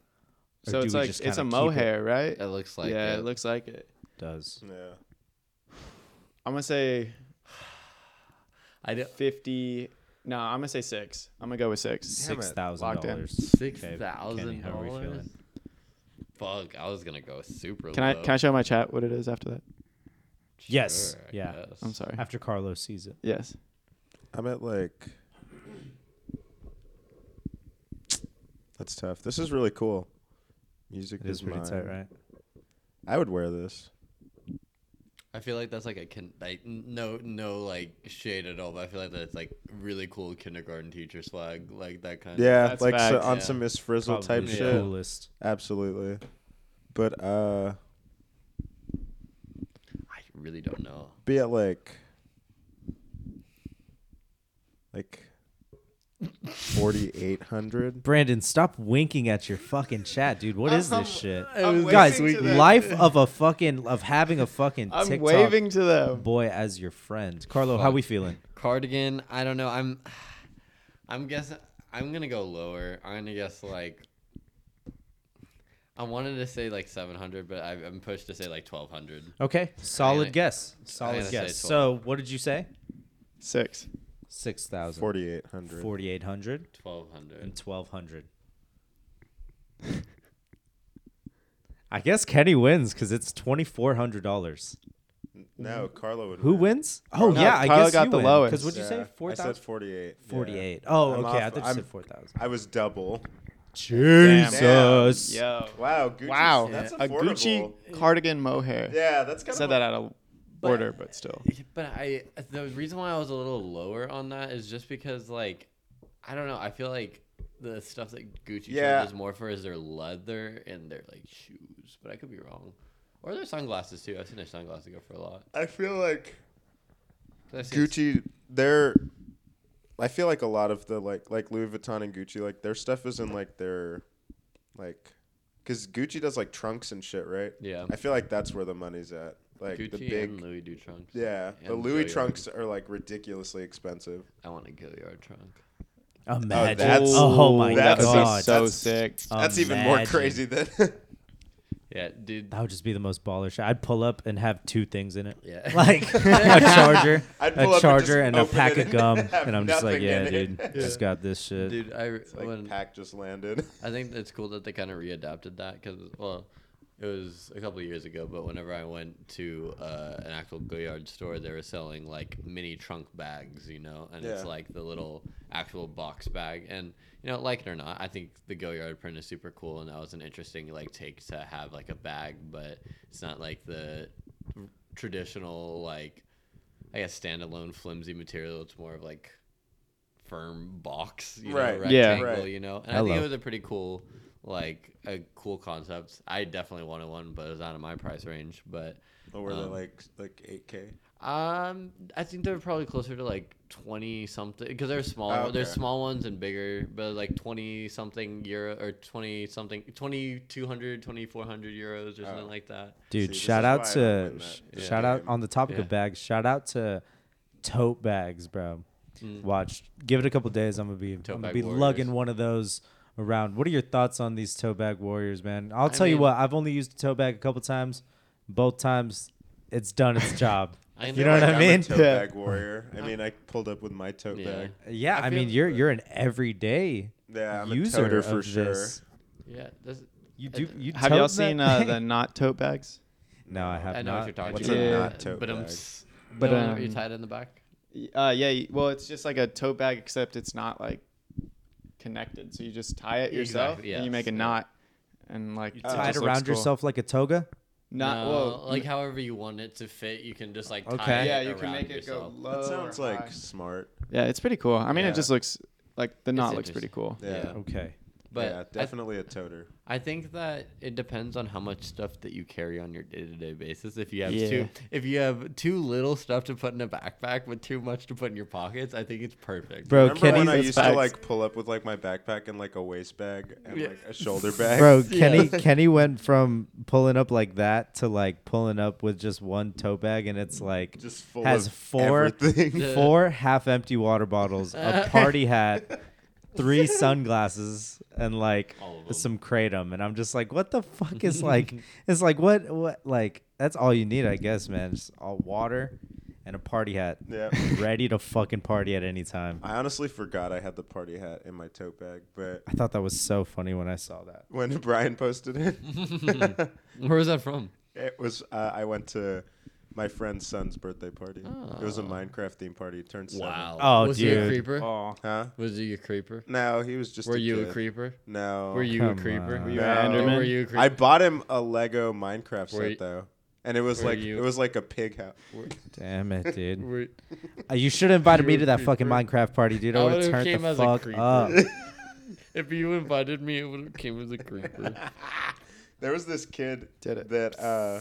S2: Or
S3: So
S2: do
S3: it's
S2: we
S3: like,
S2: just
S3: it's a
S2: kinda keep it?
S3: mohair, right?
S1: It looks like.
S3: yeah,
S1: it.
S3: it looks like it.
S2: Does
S4: Yeah.
S3: I'm going to say
S1: I don't.
S3: 50. No, I'm going to say six. I'm going to go with six.
S4: Damn it.
S2: six thousand
S3: Locked in.
S2: dollars?
S1: Six
S2: Okay, Kenny,
S1: thousand
S2: how are we
S1: dollars.
S2: feeling?
S1: Fuck! I was gonna go super
S3: Can I, can I show my chat what it is after that?
S2: Yes, yeah.
S3: I'm sorry.
S2: After Carlos sees it,
S3: Yes.
S4: I'm at like. That's tough. This is really cool. Music
S2: it is pretty
S4: mine.
S2: tight, right?
S4: I would wear this.
S1: I feel like that's like a kin- like n- no no like shade at all, but I feel like that's like really cool kindergarten teacher swag, like that kind.
S4: Yeah,
S3: That's
S4: like so,
S3: facts.
S4: on
S1: Yeah.
S4: some Miss Frizzle type
S2: Probably the
S4: shit.
S2: coolest.
S4: Absolutely. But uh,
S1: of... I really don't know.
S4: be at like, like, forty eight hundred.
S2: Brandon, stop winking at your fucking chat, dude. What is this shit,
S3: I'm
S2: guys?
S3: waving to them.
S2: Life of a fucking of having a fucking
S3: *laughs* I'm
S2: TikTok
S3: waving to them.
S2: boy as your friend, Carlo. How
S1: Fuck.
S2: we feeling?
S1: Cardigan, I don't know. I'm I'm guessing I'm gonna go lower. I'm gonna guess like I wanted to say like 700, but I, I'm pushed to say like 1200.
S2: Okay, solid
S1: gonna-
S2: guess.
S1: gonna
S2: Solid
S1: say 12.
S2: guess. So, what did you say?
S3: Six.
S2: Six thousand.
S4: Forty eight hundred.
S2: 4,800 and
S1: 1200.
S2: 1,200. *laughs* I guess Kenny wins because it's $2,400.
S4: No, Carlo would.
S2: Who
S4: win.
S2: wins? Oh,
S3: No,
S2: yeah, I
S3: Carlo
S2: guess
S3: got
S2: you
S3: the
S2: win.
S3: lowest.
S2: Because what'd you
S4: Yeah,
S2: say?
S4: I said
S2: 4,000?
S4: forty eight.
S2: 48. Oh,
S4: I'm
S2: okay. I
S4: off-
S2: thought you
S4: I'm-
S2: said 4,000.
S4: I was double.
S2: Jesus.
S3: Yo.
S4: Wow. Gucci's,
S3: Wow.
S4: That's
S3: a
S4: affordable.
S3: Gucci cardigan mohair.
S4: Yeah, that's kind
S3: Said
S4: of
S3: that out of
S1: But-
S3: order, but still.
S1: But I the reason why I was a little lower on that is just because like I don't know I feel like the stuff that Gucci
S4: Yeah.
S1: charges more for is their leather and their like shoes, but I could be wrong. Or their sunglasses too. I've seen their sunglasses go for a lot.
S4: I feel like
S1: I've seen-
S4: Gucci, they're. I feel like a lot of the like like Louis Vuitton and Gucci, like their stuff is in like their, like, because Gucci does like trunks and shit, right?
S1: Yeah.
S4: I feel like that's where the money's at. Like
S1: Gucci
S4: the big.
S1: and Louis Vuitton trunks.
S4: yeah, the
S1: and
S4: Louis
S1: Gilliard.
S4: trunks are like ridiculously expensive.
S1: I want a Gilliard trunk.
S2: Imagine.
S4: that's-
S2: oh my
S3: That'd
S4: that's
S3: be
S2: god.
S3: so
S4: That's-
S3: sick.
S1: Um,
S4: That's even more
S2: Imagine.
S4: crazy than. *laughs*
S1: Yeah, dude.
S2: That would just be the most baller shit. I'd pull up and have two things
S4: *laughs*
S2: in it.
S1: Yeah.
S2: Like a charger,
S4: I'd pull up
S2: a
S4: and
S2: charger
S4: just
S2: and, a
S4: open
S2: pack
S4: it
S2: of
S4: and
S2: gum
S4: have
S2: and I'm just like,
S4: nothing
S2: yeah,
S4: in it.
S2: dude. Just got this shit.
S1: Dude, I
S4: like
S1: when,
S4: pack just landed. *laughs*
S1: I think it's cool that they kind of readapted that because well, it was a couple of years ago. But whenever I went to uh, an actual Goyard store, they were selling like mini trunk bags, you know, and it's
S4: Yeah.
S1: like the little actual box bag. And you know, like it or not, I think the Goyard print is super cool, and that was an interesting like take to have like a bag, but it's not like the traditional like I guess standalone flimsy material. It's more of like firm box, you
S4: Right.
S1: know,
S3: Yeah.
S1: rectangle,
S4: Right.
S1: you know. And I
S2: Hello.
S1: think it was a pretty cool, like a cool concept. I definitely wanted one, but it was out of my price range. But
S4: or were they
S1: Um,
S4: like like eight k?
S1: um, I think they're probably closer to like twenty something because they're small.
S4: Oh,
S1: There's
S4: okay.
S1: small ones and bigger, but like twenty something euro or twenty something, 2200, 2400 euros or something
S4: Oh.
S1: like that.
S2: Dude,
S4: this
S2: shout
S4: is
S2: out
S4: why I don't
S2: to
S4: win
S2: sh-
S4: that
S2: shout out
S4: game.
S2: on the topic
S1: Yeah.
S2: of bags. Shout out to tote bags, bro. Watch, give it a couple days. I'm gonna be I'm gonna
S1: Mm. bag
S2: be
S1: warriors.
S2: lugging one of those around. What are your thoughts on these tote bag warriors, man? I'll
S1: I
S2: tell you
S1: mean-
S2: what. I've only used a tote bag a couple times. Both times, it's
S1: *laughs*
S2: done its job.
S1: I
S2: you
S1: feel
S2: know
S1: like
S2: what
S4: I'm
S2: I mean?
S4: a tote
S3: Yeah.
S4: bag warrior. I mean, I pulled up with my tote
S1: Yeah.
S4: bag.
S2: Yeah,
S1: I
S2: I, mean
S1: feel-
S2: you're you're an everyday
S4: Yeah, I'm
S2: user
S4: a toter
S2: of
S4: for sure.
S2: this.
S1: Yeah, that's,
S2: You do you
S3: Have
S2: tote
S3: y'all
S2: that
S3: seen uh,
S2: thing? *laughs*
S3: the not tote bags?
S2: No, I have
S1: I know
S2: not.
S1: what you're talking
S2: What's
S1: about.
S3: it? Yeah.
S4: Not tote
S1: but I'm,
S4: bag.
S3: But,
S1: but um, you
S3: um,
S1: tied in the back.
S3: Uh, yeah. y- Well, it's just like a tote bag, except it's not like connected. So you just tie it yourself,
S1: Exactly,
S3: and you
S1: yes,
S3: make a
S1: yeah.
S3: knot, and like
S1: You
S3: it
S2: it?
S4: Uh,
S1: tie
S2: Tied
S3: just looks
S2: around
S3: cool.
S2: yourself like a toga.
S3: Not
S1: No,
S3: well,
S1: like however you want it to fit. You can just like tie
S2: Okay.
S1: it
S3: yeah, you can
S1: around
S3: make it
S1: yourself.
S3: go low.
S4: That sounds
S3: or
S4: like
S3: high.
S4: smart.
S3: Yeah, it's pretty cool. I mean,
S4: Yeah.
S3: it just looks like the knot looks
S1: interesting.
S3: pretty cool.
S4: Yeah.
S1: Yeah.
S2: Okay.
S1: But
S4: yeah,
S1: I th-
S4: definitely a toter.
S1: I think that it depends on how much stuff that you carry on your day to day basis. If you have
S3: Yeah.
S1: too if you have too little stuff to put in a backpack but too much to put in your pockets, I think it's perfect.
S2: Bro,
S4: Remember
S2: Kenny,
S4: when I
S3: that's
S4: used to
S3: facts.
S4: like pull up with like my backpack and like a waist bag and
S1: Yeah.
S4: like
S2: *laughs*
S4: a shoulder bag?
S2: Bro,
S1: Yeah.
S2: Kenny Kenny went from pulling up like that to like pulling up with just one tote bag, and it's like
S4: *laughs* just full
S2: has
S4: of
S2: four *laughs*
S4: everything. *laughs*
S2: four half empty water bottles, a party hat,
S4: *laughs*
S2: three sunglasses, and like
S1: All of 'em.
S2: some kratom. And I'm just like, what the fuck
S4: *laughs*
S2: is like? It's like what what like that's all you need, I guess, man. Just all water and a party
S4: *laughs*
S2: hat,
S4: yeah.
S2: ready to fucking party at any time.
S4: I honestly forgot I had the party hat in my tote bag, but *laughs*
S2: I thought that was so funny when I saw that.
S4: when Brian
S1: *laughs*
S4: posted it, *laughs*
S1: Where was that from?
S4: it was uh, I went to my friend's son's birthday party. It was a
S1: Oh.
S4: Minecraft theme party. He turned seven.
S1: Wow.
S2: Oh,
S1: was he a
S2: dude.
S1: creeper?
S3: Oh,
S4: Huh?
S1: Was he a creeper?
S4: No, he was just.
S1: Were
S4: a
S1: you
S4: kid.
S1: a creeper?
S4: No.
S1: Were you a
S2: come
S1: creeper?
S2: on.
S3: Were you
S4: No.
S3: an Enderman?
S1: Were you a
S4: I
S1: creeper?
S4: bought him a Lego Minecraft
S1: Were
S4: set
S1: you-
S4: though, and it was
S1: were
S4: like
S1: you-
S4: it was like a pig house. *laughs*
S2: Damn it, dude.
S1: Were-
S2: Uh, You should have invited
S1: You
S2: me
S1: were
S2: to that fucking
S1: creeper.
S2: Minecraft party, dude.
S1: I
S2: I would
S1: would've
S2: have turned
S1: came
S2: the
S1: as a
S2: fuck
S1: creeper. *laughs*
S2: up.
S1: if you invited me, it would have came as a creeper.
S4: *laughs* There was this kid
S3: Did it.
S4: that uh,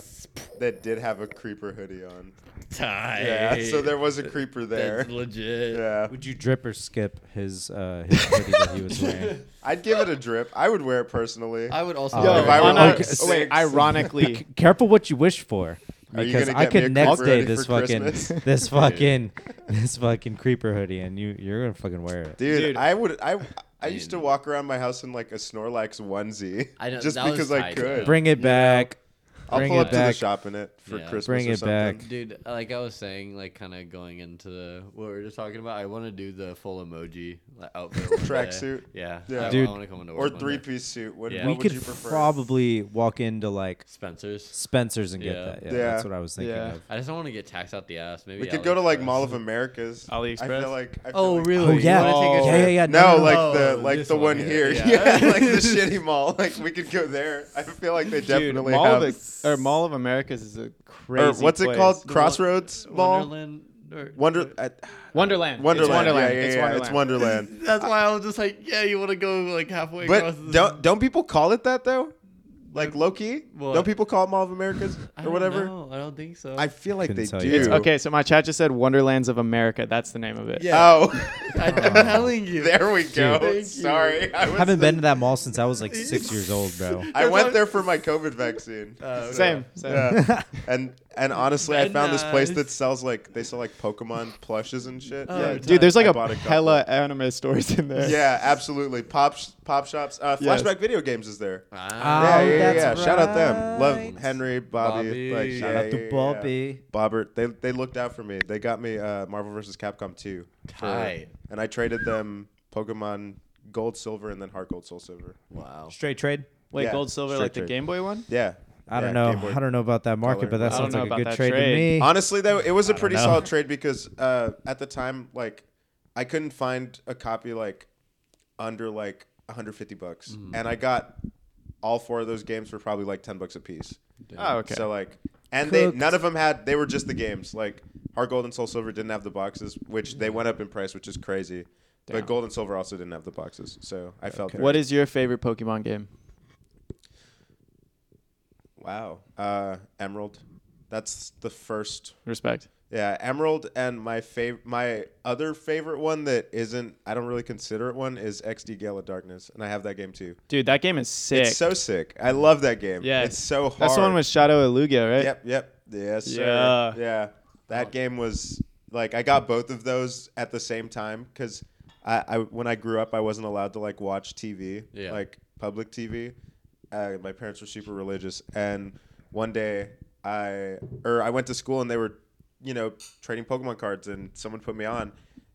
S4: that did have a creeper hoodie on.
S1: Tight.
S4: Yeah, so there was a creeper there.
S1: That's legit.
S4: *laughs* Yeah,
S2: Would you drip or skip his uh, his hoodie that he was *laughs*
S4: *laughs*
S2: wearing?
S4: I'd give it a drip. I would wear it personally.
S1: I would also.
S2: Oh,
S3: Yo,
S2: if I were
S3: on
S2: like
S3: a-
S2: six-
S3: oh,
S4: *laughs*
S3: wait, ironically,
S2: Careful what you wish for,
S4: Are you
S2: because
S4: gonna
S2: I
S4: get me a
S2: could next
S4: creeper
S2: day
S4: hoodie
S2: this
S4: for
S2: fucking
S4: *laughs* Christmas?
S2: this fucking this fucking creeper hoodie, and you you're gonna fucking wear it.
S4: dude,
S3: Dude.
S4: I would. I I used to walk around my house in like a Snorlax onesie, *laughs*
S1: I know,
S4: just
S1: that was
S4: because I
S1: tight,
S4: could.
S1: though.
S2: Bring it back.
S4: I'll
S2: bring
S4: pull
S2: it
S4: up to the
S2: back.
S4: shop in it for
S1: Yeah.
S4: Christmas.
S2: Bring
S4: or
S2: it
S4: something.
S2: back.
S1: Dude, like I was saying, like kind of going into the, what we were just talking about, I want to do the full emoji like, outfit. one
S4: Tracksuit.
S1: day. Yeah.
S4: Yeah.
S1: I- I,
S2: Dude.
S1: want to come into
S4: Or
S1: work one
S4: three
S1: day.
S4: piece suit. What,
S1: Yeah.
S4: what
S2: We
S4: would you
S2: could
S4: prefer?
S2: probably walk into like
S1: Spencer's.
S2: Spencer's and get
S1: Yeah.
S2: that. Yeah,
S4: Yeah.
S2: that's what I was thinking
S3: Yeah.
S2: of.
S1: I just don't want to get taxed out the ass. Maybe
S4: We could go to like Mall of
S1: AliExpress.
S4: America's. I
S3: AliExpress?
S4: feel like. I feel
S1: Oh,
S4: like-
S1: really?
S2: Oh yeah,
S1: You wanna take a
S2: yeah, yeah,
S1: trip?
S2: yeah.
S4: No,
S1: no,
S4: like
S1: no.
S4: the
S1: Oh,
S4: like
S1: this
S4: the
S1: one
S4: one
S1: here.
S4: *laughs* here,
S1: Yeah. *laughs*
S4: yeah, like the shitty mall. Like we could go there. I feel like they
S3: dude,
S4: *laughs* definitely
S3: Mall
S4: have.
S3: of or Mall of Americas is a
S4: Or
S3: crazy.
S4: what's it
S3: place.
S4: called?
S5: The
S4: Crossroads Mall.
S5: Wonderland. Or,
S4: Wonder. I-
S3: Wonderland. It's
S4: Wonderland.
S3: Wonderland.
S4: Yeah, yeah,
S3: it's
S4: yeah,
S3: Wonderland.
S1: *laughs*
S4: It's Wonderland.
S1: That's why I was just like, yeah, you want to go like halfway across.
S4: But don't don't people call it that though? Like low key?
S1: What?
S4: Don't people call it Mall of *laughs* Americas or whatever?
S1: I don't think so.
S4: I feel like
S2: Couldn't
S4: they
S2: tell
S4: do.
S2: you.
S3: It's- okay, so my chat just said Wonderlands of America. That's the name of it.
S1: yeah,
S4: Oh,
S1: *laughs*
S4: *laughs*
S1: I'm telling you.
S4: there we go.
S1: Thank you.
S4: Sorry, I was
S2: Haven't been to that mall since I was like six years old, bro.
S4: I
S1: That's
S4: went
S1: what-
S4: there for my COVID vaccine.
S1: Uh,
S3: Same. same.
S1: *laughs*
S2: *laughs*
S4: *laughs* Yeah. and and honestly, I
S1: Very
S4: found this place
S1: nice.
S4: that sells like they sell like Pokemon plushes and shit.
S1: Oh,
S4: yeah,
S1: nice.
S3: Dude, there's like
S4: I
S3: a
S4: bought a couple.
S3: hella anime stores in there. *laughs*
S4: yeah, absolutely. Pop sh- pop shops. Uh,
S3: Yes.
S4: Flashback Video Games is there.
S1: Ah.
S4: yeah,
S2: Oh,
S4: yeah, yeah.
S2: that's
S4: yeah. Shout out them. Love
S2: right.
S4: Henry, Bobby.
S1: Bobby.
S4: Like,
S1: Shout
S2: Shout
S4: yeah,
S2: out
S4: yeah,
S2: to
S4: yeah.
S2: Bobby.
S4: Bobbert, they they looked out for me. They got me uh, Marvel vs. Capcom 2. for-
S1: Tight.
S4: and I traded them Pokemon Gold, Silver, and then Heart Gold, Soul Silver.
S1: Wow.
S2: Straight trade.
S3: Wait,
S4: Yeah,
S3: Gold Silver,
S4: straight
S3: like the
S4: trade.
S3: Game Boy one?
S4: Yeah.
S2: I don't
S4: Yeah, Game
S2: know.
S4: Boy.
S2: I don't know about that market,
S4: Color.
S2: but that
S4: I
S3: don't
S2: sounds
S3: know
S2: like a
S3: about
S2: good
S3: that
S2: trade,
S3: trade.
S2: to me.
S4: Honestly, though, it was a pretty
S2: know.
S4: solid trade because uh, at the time, like, I couldn't find a copy like under like 150 bucks,
S3: Mm-hmm.
S4: and I got all four of those games for probably like 10 bucks a piece.
S3: Oh, okay.
S4: So like, and they
S2: Cooked.
S4: none of them had. They were just the games. Like Heart Gold and Soul Silver didn't have the boxes, which they went up in price, which is crazy.
S3: Mm-hmm. Damn.
S4: But Gold and Silver also didn't have the boxes, so I felt.
S3: What is your favorite Pokemon game?
S4: wow? Uh, Emerald. That's the first
S3: Respect.
S4: Yeah, Emerald and my fav- my other favorite one that isn't I don't really consider it one is XD Gale of Darkness, and I have that game too.
S3: Dude, that game is sick.
S4: It's so sick. I love that game.
S3: Yeah.
S4: it's so hard.
S3: That's the one with Shadow Elugia, right?
S4: Yep, yep. Yes, sir.
S3: Yeah.
S4: Yeah. That game was like I got both of those at the same time because I, I when I grew up I wasn't allowed to like watch TV,
S1: Yeah.
S4: like public TV. Uh, my parents were super religious, and one day I or I went to school and they were, you know, trading Pokemon cards, and someone put me on,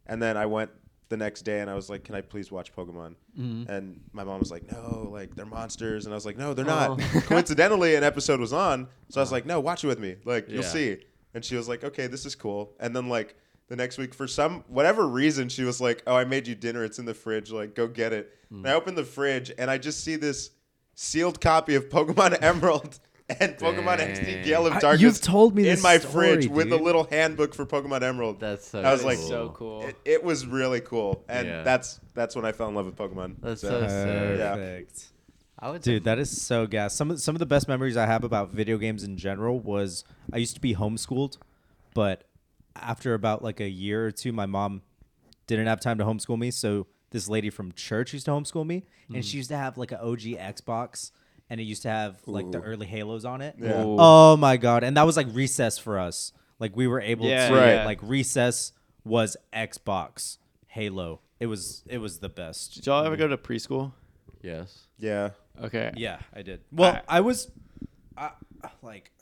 S4: and then I went the next day and I was like, "Can I please watch Pokemon?" And my mom was like, "No, like they're monsters," and I was like, "No,
S1: *laughs*
S4: they're not." Coincidentally, an episode was on, so I was like, "No, watch it with me. Like you'll
S1: Yeah.
S4: see." And she was like, "Okay, this is cool." And then like the next week, for some whatever reason, she was like, "Oh, I made you dinner. It's in the fridge. Like go get it." And
S1: Hmm.
S4: I opened the fridge and I just see this sealed copy of Pokemon *laughs* Emerald. And Pokemon
S1: Dang.
S4: XD Gale of
S2: I-
S4: Darkness
S2: you've told me
S4: in
S2: this
S4: my
S2: story,
S4: fridge with a
S2: dude.
S4: little handbook for Pokemon Emerald.
S1: That's so.
S4: I was
S1: cool.
S4: like,
S3: So cool.
S4: It, it was really cool, and
S1: Yeah.
S4: that's that's when I fell in love with Pokemon.
S1: That's
S4: So-
S1: so sick.
S4: Yeah.
S2: Perfect.
S1: I would
S2: Dude, that is so gas. Some of, some of the best memories I have about video games in general was I used to be homeschooled, but after about like a year or two, my mom didn't have time to homeschool me. So this lady from church used to homeschool me, and she used to have like an OG Xbox, and it used to have like the
S4: Ooh.
S2: early Halos on it.
S4: Yeah.
S3: Ooh.
S2: Oh my god! And that was like recess for us. Like we were able
S3: Yeah,
S2: to
S4: Right. yeah.
S2: like recess was Xbox Halo. It was it was the best.
S3: Did y'all ever go to preschool?
S1: yes.
S4: yeah.
S3: Okay.
S2: Yeah, I did. Well,
S3: I-
S2: I, was, I, like,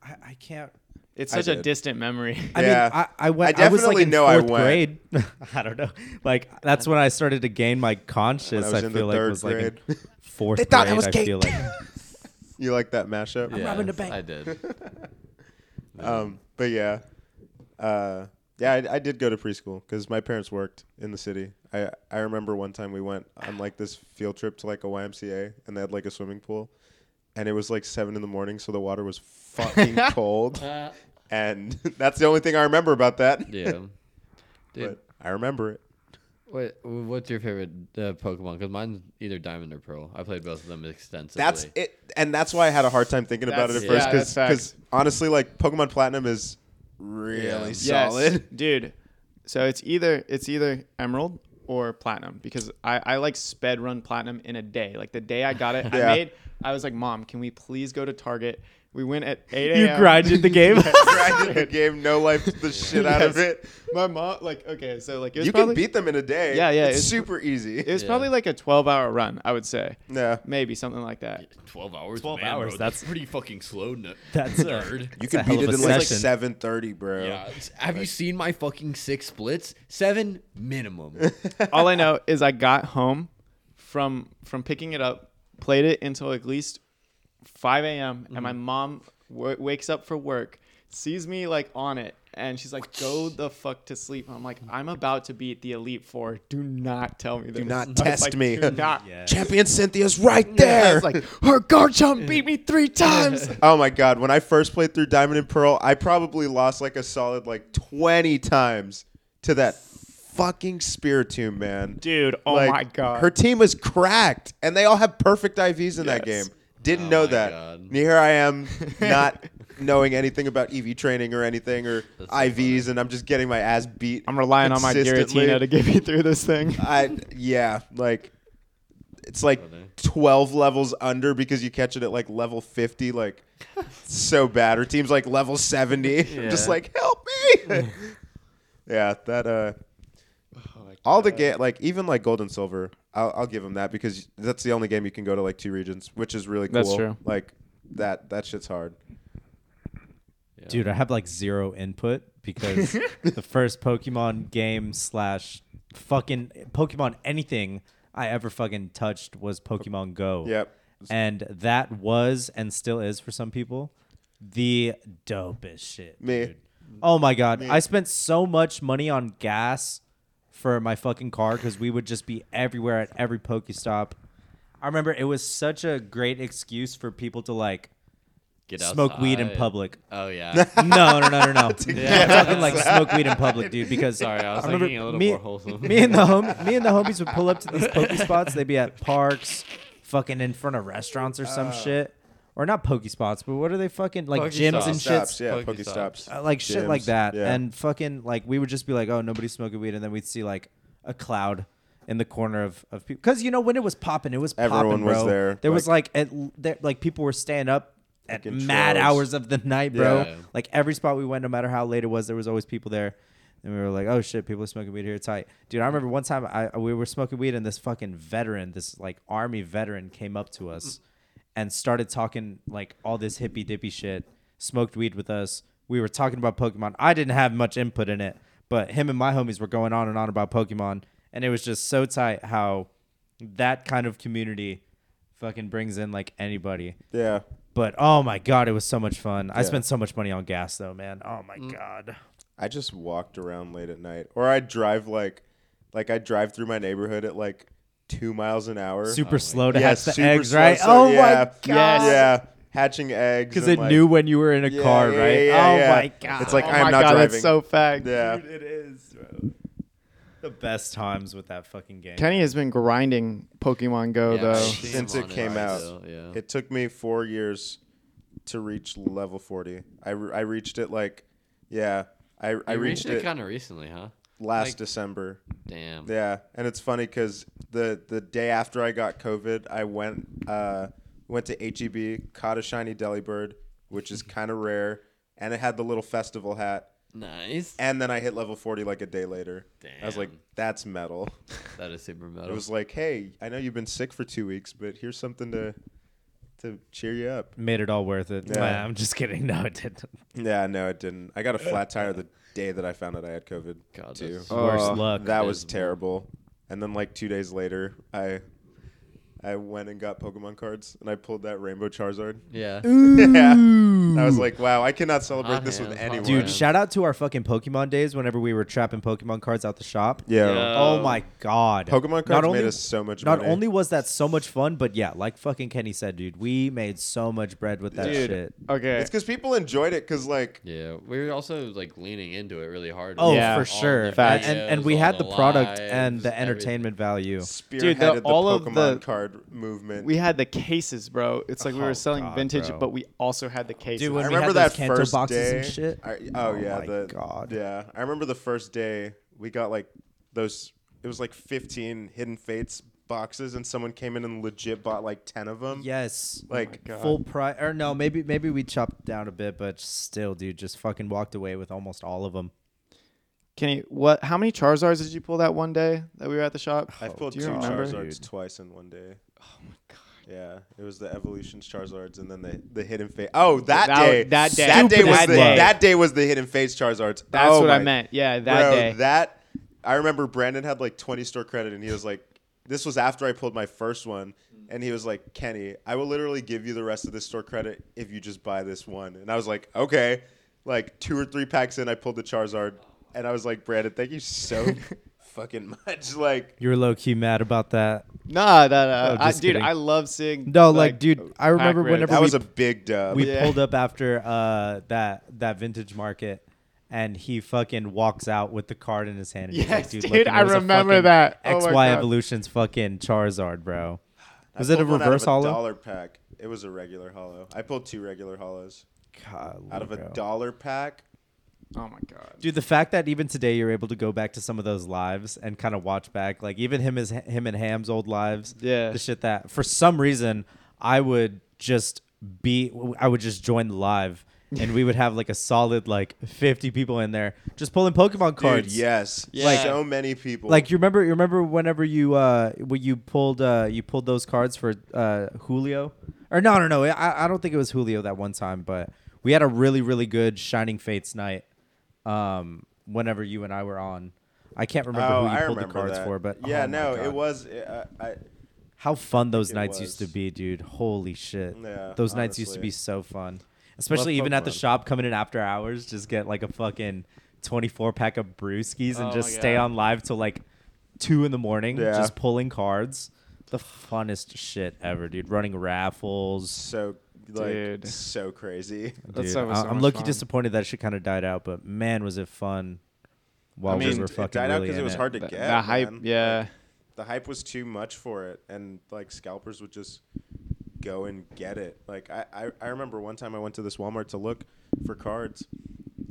S2: I, I can't.
S3: It's
S4: I
S3: such a
S4: did.
S3: distant
S4: *laughs*
S3: memory.
S2: I
S4: Yeah.
S2: mean, I, I went.
S4: I
S2: I, was like
S4: definitely
S2: in
S4: know I
S2: fourth
S4: went.
S2: grade. *laughs* I don't know. Like that's when I started to gain my conscious.
S4: When I was
S2: I,
S4: in the
S2: feel like
S4: third
S2: was like in
S4: grade.
S2: *laughs* fourth
S4: They thought
S2: grade.
S4: I
S2: I,
S4: was gay.
S2: feel like *laughs*
S4: You like that mashup?
S1: yes,
S2: robbing the bank.
S1: I did.
S2: *laughs*
S4: Um, but yeah, uh, yeah, I, I did go to preschool because my parents worked in the city. I I remember one time we went on like this field trip to like a YMCA, and they had like a swimming pool, and it was like seven in the morning, so the water was fucking cold,
S1: Uh,
S4: and *laughs* that's the only thing I remember about that.
S1: yeah. Dude,
S4: but I remember it.
S1: what, what's your favorite uh, Pokemon? Because mine's either Diamond or Pearl. I played both of them extensively.
S4: That's it, and that's why I had a hard time thinking about it at
S3: That's-
S4: first
S3: yeah,
S4: because
S3: that's facts.
S4: honestly, like Pokemon Platinum is really
S3: *laughs*
S4: *laughs*
S1: Yeah.
S4: solid.
S3: Yes, dude. So it's either it's either emerald or platinum because I, I like sped run platinum in a day. Like the day I got
S4: *laughs*
S3: it,
S4: Yeah.
S3: I made I was like, Mom, can we please go to Target? We went at eight
S2: you
S3: a.m. *laughs*
S2: grinded the game.
S4: Grinded the game, no life the shit out of
S3: Yes.
S4: it.
S3: My mom, like, okay, so like it was
S4: You
S3: probably,
S4: can beat them in a day.
S3: Yeah, yeah,
S4: It's,
S3: it's-
S4: super easy.
S3: It
S4: *laughs*
S3: was
S1: Yeah.
S3: probably like a twelve-hour run, I would say,
S4: yeah.
S3: maybe something like that.
S1: 12 hours.
S2: 12
S1: man,
S2: hours,
S1: Bro,
S2: that's-
S1: pretty fucking slow. No,
S2: That's uh, a- *laughs*
S1: nerd.
S4: You
S2: It's a
S4: can
S2: hell
S4: beat
S2: of
S4: it
S2: a
S4: in like
S2: session.
S4: seven thirty, bro.
S1: Yeah. Have you seen my fucking six splits? Seven minimum.
S3: All I know is I got home from from picking it up, played it until at least 5 a.m. and my mom w- wakes up for work, sees me like on it, and she's like, "Go the fuck to sleep." I'm like, "I'm about to be at the Elite Four. Do not tell me this.
S4: Do not
S3: I was *laughs*
S4: test
S3: like,
S4: me."
S3: Do
S2: *laughs*
S3: not."
S2: Yeah.
S4: Champion Cynthia's right
S3: Yeah, I
S4: there.
S3: was like, *laughs* "Her Garchomp beat me three times."
S4: *laughs* oh my god, when I first played through Diamond and Pearl, I probably lost like a solid like 20 times to that fucking Spiritomb, man.
S3: Dude, oh
S4: Like,
S3: my god.
S4: Her team was cracked and they all have perfect IVs in that game.
S3: Yes.
S4: Didn't
S1: Oh
S4: know
S1: my
S4: that.
S1: God.
S4: And Here
S1: *laughs*
S4: I am not knowing anything about EV training or anything or
S1: That's so
S4: IVs and I'm just getting my ass beat.
S3: I'm relying on my
S4: consistently.
S3: Giratina to get me through this thing.
S4: I yeah, like it's like
S1: Funny.
S4: twelve levels under because you catch it at like level fifty, like so bad. Or team's like level seventy. *laughs* I'm just
S1: Yeah.
S4: like help me. *laughs* yeah, that uh, all the game like even like gold and silver, I'll, I'll give them that because that's the only game you can go to like two regions, which is really cool.
S3: That's true.
S4: Like that that shit's hard.
S2: Dude, I have like zero input
S1: *laughs*
S2: because the first Pokemon game slash fucking Pokemon anything I ever fucking touched was Pokemon Go.
S4: Yep.
S2: And that was and still is for some people the dopest shit.
S4: Me.
S2: dude. Oh my god. I spent so much money on gas for my fucking car because we would just be everywhere at every Pokestop. I remember it was such a great excuse for people to like
S1: Get
S2: smoke weed in
S1: outside.
S2: public.
S1: Oh yeah.
S4: *laughs*
S2: No, no, no, no, no. I'm talking like smoke weed in public,
S4: *laughs*
S2: dude. Because
S1: Sorry, I was
S2: remember
S1: thinking a little
S2: me-
S1: more wholesome.
S2: *laughs* me and the hom- me and the homies would pull up to
S1: *laughs*
S2: these pokey spots. They'd be at parks, fucking in front of restaurants or
S4: Oh.
S2: some shit, or not pokey spots, but what are they fucking like
S1: Pokey
S2: gyms and
S1: Shits.
S4: Stops,
S2: shit, Uh,
S4: yeah,
S1: Pokestops.
S4: Pokestops. stops.
S2: like shit like that, and fucking like we would just be like, oh, nobody's smoking weed, and then we'd see like a cloud. In the corner of, of people, because you know when it was popping, it was popping,
S4: Everyone was
S2: bro.
S4: there,
S2: There was like at there, like people were staying up at
S4: Fucking
S2: mad
S4: trolls.
S2: hours of the night, bro.
S1: Yeah.
S2: Like every spot we went, no matter how late it was, there was always people there. And we were like, oh shit, people are smoking weed here. It's tight. Dude, I remember one time I we were smoking weed and this fucking veteran, this like army veteran came up to us and started talking like all this hippy dippy shit, smoked weed with us. We were talking about Pokemon. I didn't have much input in it, but him and my homies were going on and on about Pokemon. And it was just so tight how that kind of community fucking brings in like anybody.
S4: yeah.
S2: But oh my god, it was so much fun. I spent so much money on gas though, man. Oh my god.
S4: I just walked around late at night, or I drive like, like I drive through my neighborhood at like two miles an hour.
S2: Super slow to
S4: Oh Yeah,
S2: hatch the
S4: super
S2: eggs,
S4: slow,
S2: right?
S4: so-
S2: oh
S4: yeah,
S2: my god.
S4: yeah, hatching eggs
S2: Because
S4: and,
S2: it
S4: like-
S2: knew when you were in a
S4: Yeah,
S2: car,
S4: yeah,
S2: right?
S4: yeah,
S2: oh
S4: yeah.
S2: my god.
S4: It's like
S3: oh
S4: I'm
S3: my
S4: not
S3: god,
S4: driving.
S3: that's so fact.
S4: yeah,
S2: it is, bro. The best times with that fucking game.
S3: Kenny has been grinding Pokemon Go
S1: Yeah,
S3: though.
S1: I've seen
S4: Since
S1: him
S4: it
S1: on
S4: came out.
S1: still, yeah.
S4: it took me four years to reach level forty. I, re- I reached it like, yeah, I, I
S1: You
S4: reached it
S1: kind of recently, huh?
S4: last
S1: like-
S4: December.
S1: Damn.
S4: Yeah, and it's funny because the the day after I got COVID, I went uh, went to HEB, caught a shiny Delibird, which is
S1: Mm-hmm.
S4: kind of rare, and it had the little festival hat.
S1: Nice.
S4: And then I hit level forty like a day later. I was like,
S1: Damn. *laughs*
S4: "That's metal."
S1: That is super metal.
S4: It was like, "Hey, I know you've been sick for two weeks, but here's something to to cheer
S1: *laughs*
S4: you up."
S2: Made it all worth it.
S4: Yeah.
S2: Nah, I'm just kidding. *laughs* No, it didn't.
S4: Yeah, no, it didn't. I got a flat
S1: *laughs*
S4: tire the day that I found out I had COVID.
S1: God,
S4: too.
S1: that's
S4: Oh,
S2: Worst luck.
S4: That was
S1: Abysmal.
S4: terrible. And then like two days later, I I went and got Pokemon cards and I pulled that Rainbow Charizard. *laughs*
S1: yeah.
S4: *laughs* yeah. I was like, wow, I cannot celebrate
S1: Hot
S4: this with
S1: hands, hot
S4: anyone.
S2: Dude,
S1: Yeah.
S2: shout out to our fucking Pokemon days whenever we were trapping Pokemon cards out the shop.
S4: yeah.
S1: Yeah.
S2: Oh
S1: Um,
S2: my god.
S4: Pokemon cards
S2: Not
S4: made
S2: only-
S4: us so much
S2: Not
S4: money.
S2: only was that so much fun, but yeah, like fucking Kenny said, dude, we made so much bread with that
S3: Dude,
S2: shit.
S3: okay.
S4: it's because people enjoyed it because like
S1: Yeah, we were also like leaning into it really hard.
S2: Oh,
S3: Yeah.
S2: for
S1: All
S2: sure.
S1: the
S2: And,
S3: Facts.
S2: and, and
S1: videos,
S2: we
S1: all
S2: had the product
S1: lives,
S2: and the
S1: everything.
S2: entertainment value.
S4: spearheaded
S3: Dude, the-
S4: the,
S3: all of
S4: Pokemon
S3: the-
S4: card movement.
S3: we had the cases, bro. It's like we
S2: Oh,
S3: were selling
S2: God,
S3: vintage,
S2: bro.
S3: but we also had the cases.
S2: Dude, when
S4: I
S2: we had
S4: remember
S2: those
S4: that
S2: Kanto
S4: first
S2: boxes
S4: day.
S2: and shit.
S4: I, oh,
S2: Oh
S4: yeah,
S2: my
S4: the,
S2: God.
S4: Yeah, I remember the first day we got like those. It was like 15 hidden fates boxes, and someone came in and legit bought like 10 of them.
S2: Yes.
S4: like
S3: God.
S2: Full price, or no? Maybe maybe we chopped down a bit, but still, dude, just fucking walked away with almost all of them.
S3: Kenny, what? How many Charizards did you pull that one day that we were at the shop?
S2: Oh,
S4: I've pulled
S3: Do
S4: two
S3: you remember?
S4: Charizards twice in one day. Oh my god. Yeah, it was the evolutions Charizards and then the, the hidden fate. Oh, that,
S3: That-
S4: day.
S3: that day.
S4: That day was
S3: Stupidest
S4: the
S3: day.
S4: that day was the hidden fates Charizards.
S3: That's
S4: Oh
S3: what I
S4: my-
S3: meant. Yeah, that
S4: bro,
S3: day.
S4: That I remember Brandon had like 20 store credit and he was like this was after I pulled my first one and he was like, "Kenny, I will literally give you the rest of this store credit if you just buy this one." And I was like, "Okay." like two or three packs in, I pulled the Charizard, and I was like, Brandon, thank
S2: *laughs*
S4: you so fucking much. *laughs* Like,
S2: You were low key mad about that.
S3: Nah, nah, nah.
S2: No,
S3: I,
S2: just
S3: dude,
S2: kidding.
S3: I love seeing.
S2: No, like, dude, I remember
S3: pack
S2: whenever
S4: that
S2: we-
S4: was a big dub.
S2: Uh, We
S3: Yeah.
S2: pulled up after uh, that that vintage market, and he fucking walks out with the card in his hand. And he's
S3: Yes,
S2: like, dude,
S3: dude,
S2: look,
S3: I
S2: there's a
S3: remember
S2: fucking
S3: that. Oh my
S2: XY
S3: God.
S2: Evolution's fucking Charizard, bro.
S4: I
S2: Was it a
S4: pulled one out of
S2: reverse
S4: A
S2: hollow?
S4: dollar pack. It was a regular hollow. I pulled two regular hollows
S2: God,
S4: out of a
S2: bro.
S4: dollar pack.
S3: Oh my god.
S2: Dude, the fact that even today you're able to go back to some of those lives and kind of watch back, like even him as him and Ham's old lives,
S3: Yeah.
S2: the shit that for some reason I would just be, I would just join the live, and we would have like a solid like 50 people in there just pulling Pokemon cards.
S4: Dude, yes.
S3: Yeah.
S4: so many people.
S2: Like you remember, you remember whenever you uh when you pulled uh you pulled those cards for uh Julio or no no no I, I don't think it was Julio that one time but we had a really really good Shining Fates night um whenever you and I were on I can't remember who
S4: oh,
S2: you
S4: I
S2: pulled
S4: remember
S2: the cards
S4: that.
S2: for but
S4: yeah,
S2: oh my
S4: no, it
S2: God.
S4: was. Uh, I,
S2: how fun those
S4: it
S2: nights
S4: was.
S2: used to be dude holy shit
S4: Yeah,
S2: those nights used to
S4: honestly.
S2: be so fun especially even at the
S4: Pokemon.
S2: shop coming in after hours just get like a fucking 24 pack of brewskis and
S3: Oh
S2: just
S3: my
S2: stay
S3: God.
S2: on live till like two in the morning
S4: Yeah.
S2: just pulling cards the funnest shit ever dude running raffles
S4: so like
S3: Dude.
S4: so crazy. *laughs*
S3: That's
S2: Dude,
S3: so-
S2: I-
S3: so
S2: i'm
S3: much
S2: lucky
S3: fun.
S2: disappointed that shit kind of died out but man was it fun while
S3: I mean,
S2: we were
S4: it
S2: fucking
S4: died out
S2: really in
S4: it was hard to
S3: The,
S4: get.
S3: the hype.
S4: man.
S3: Yeah.
S4: Like, the hype was too much for it, and like scalpers would just go and get it. Like I, I, I remember one time I went to this Walmart to look for cards,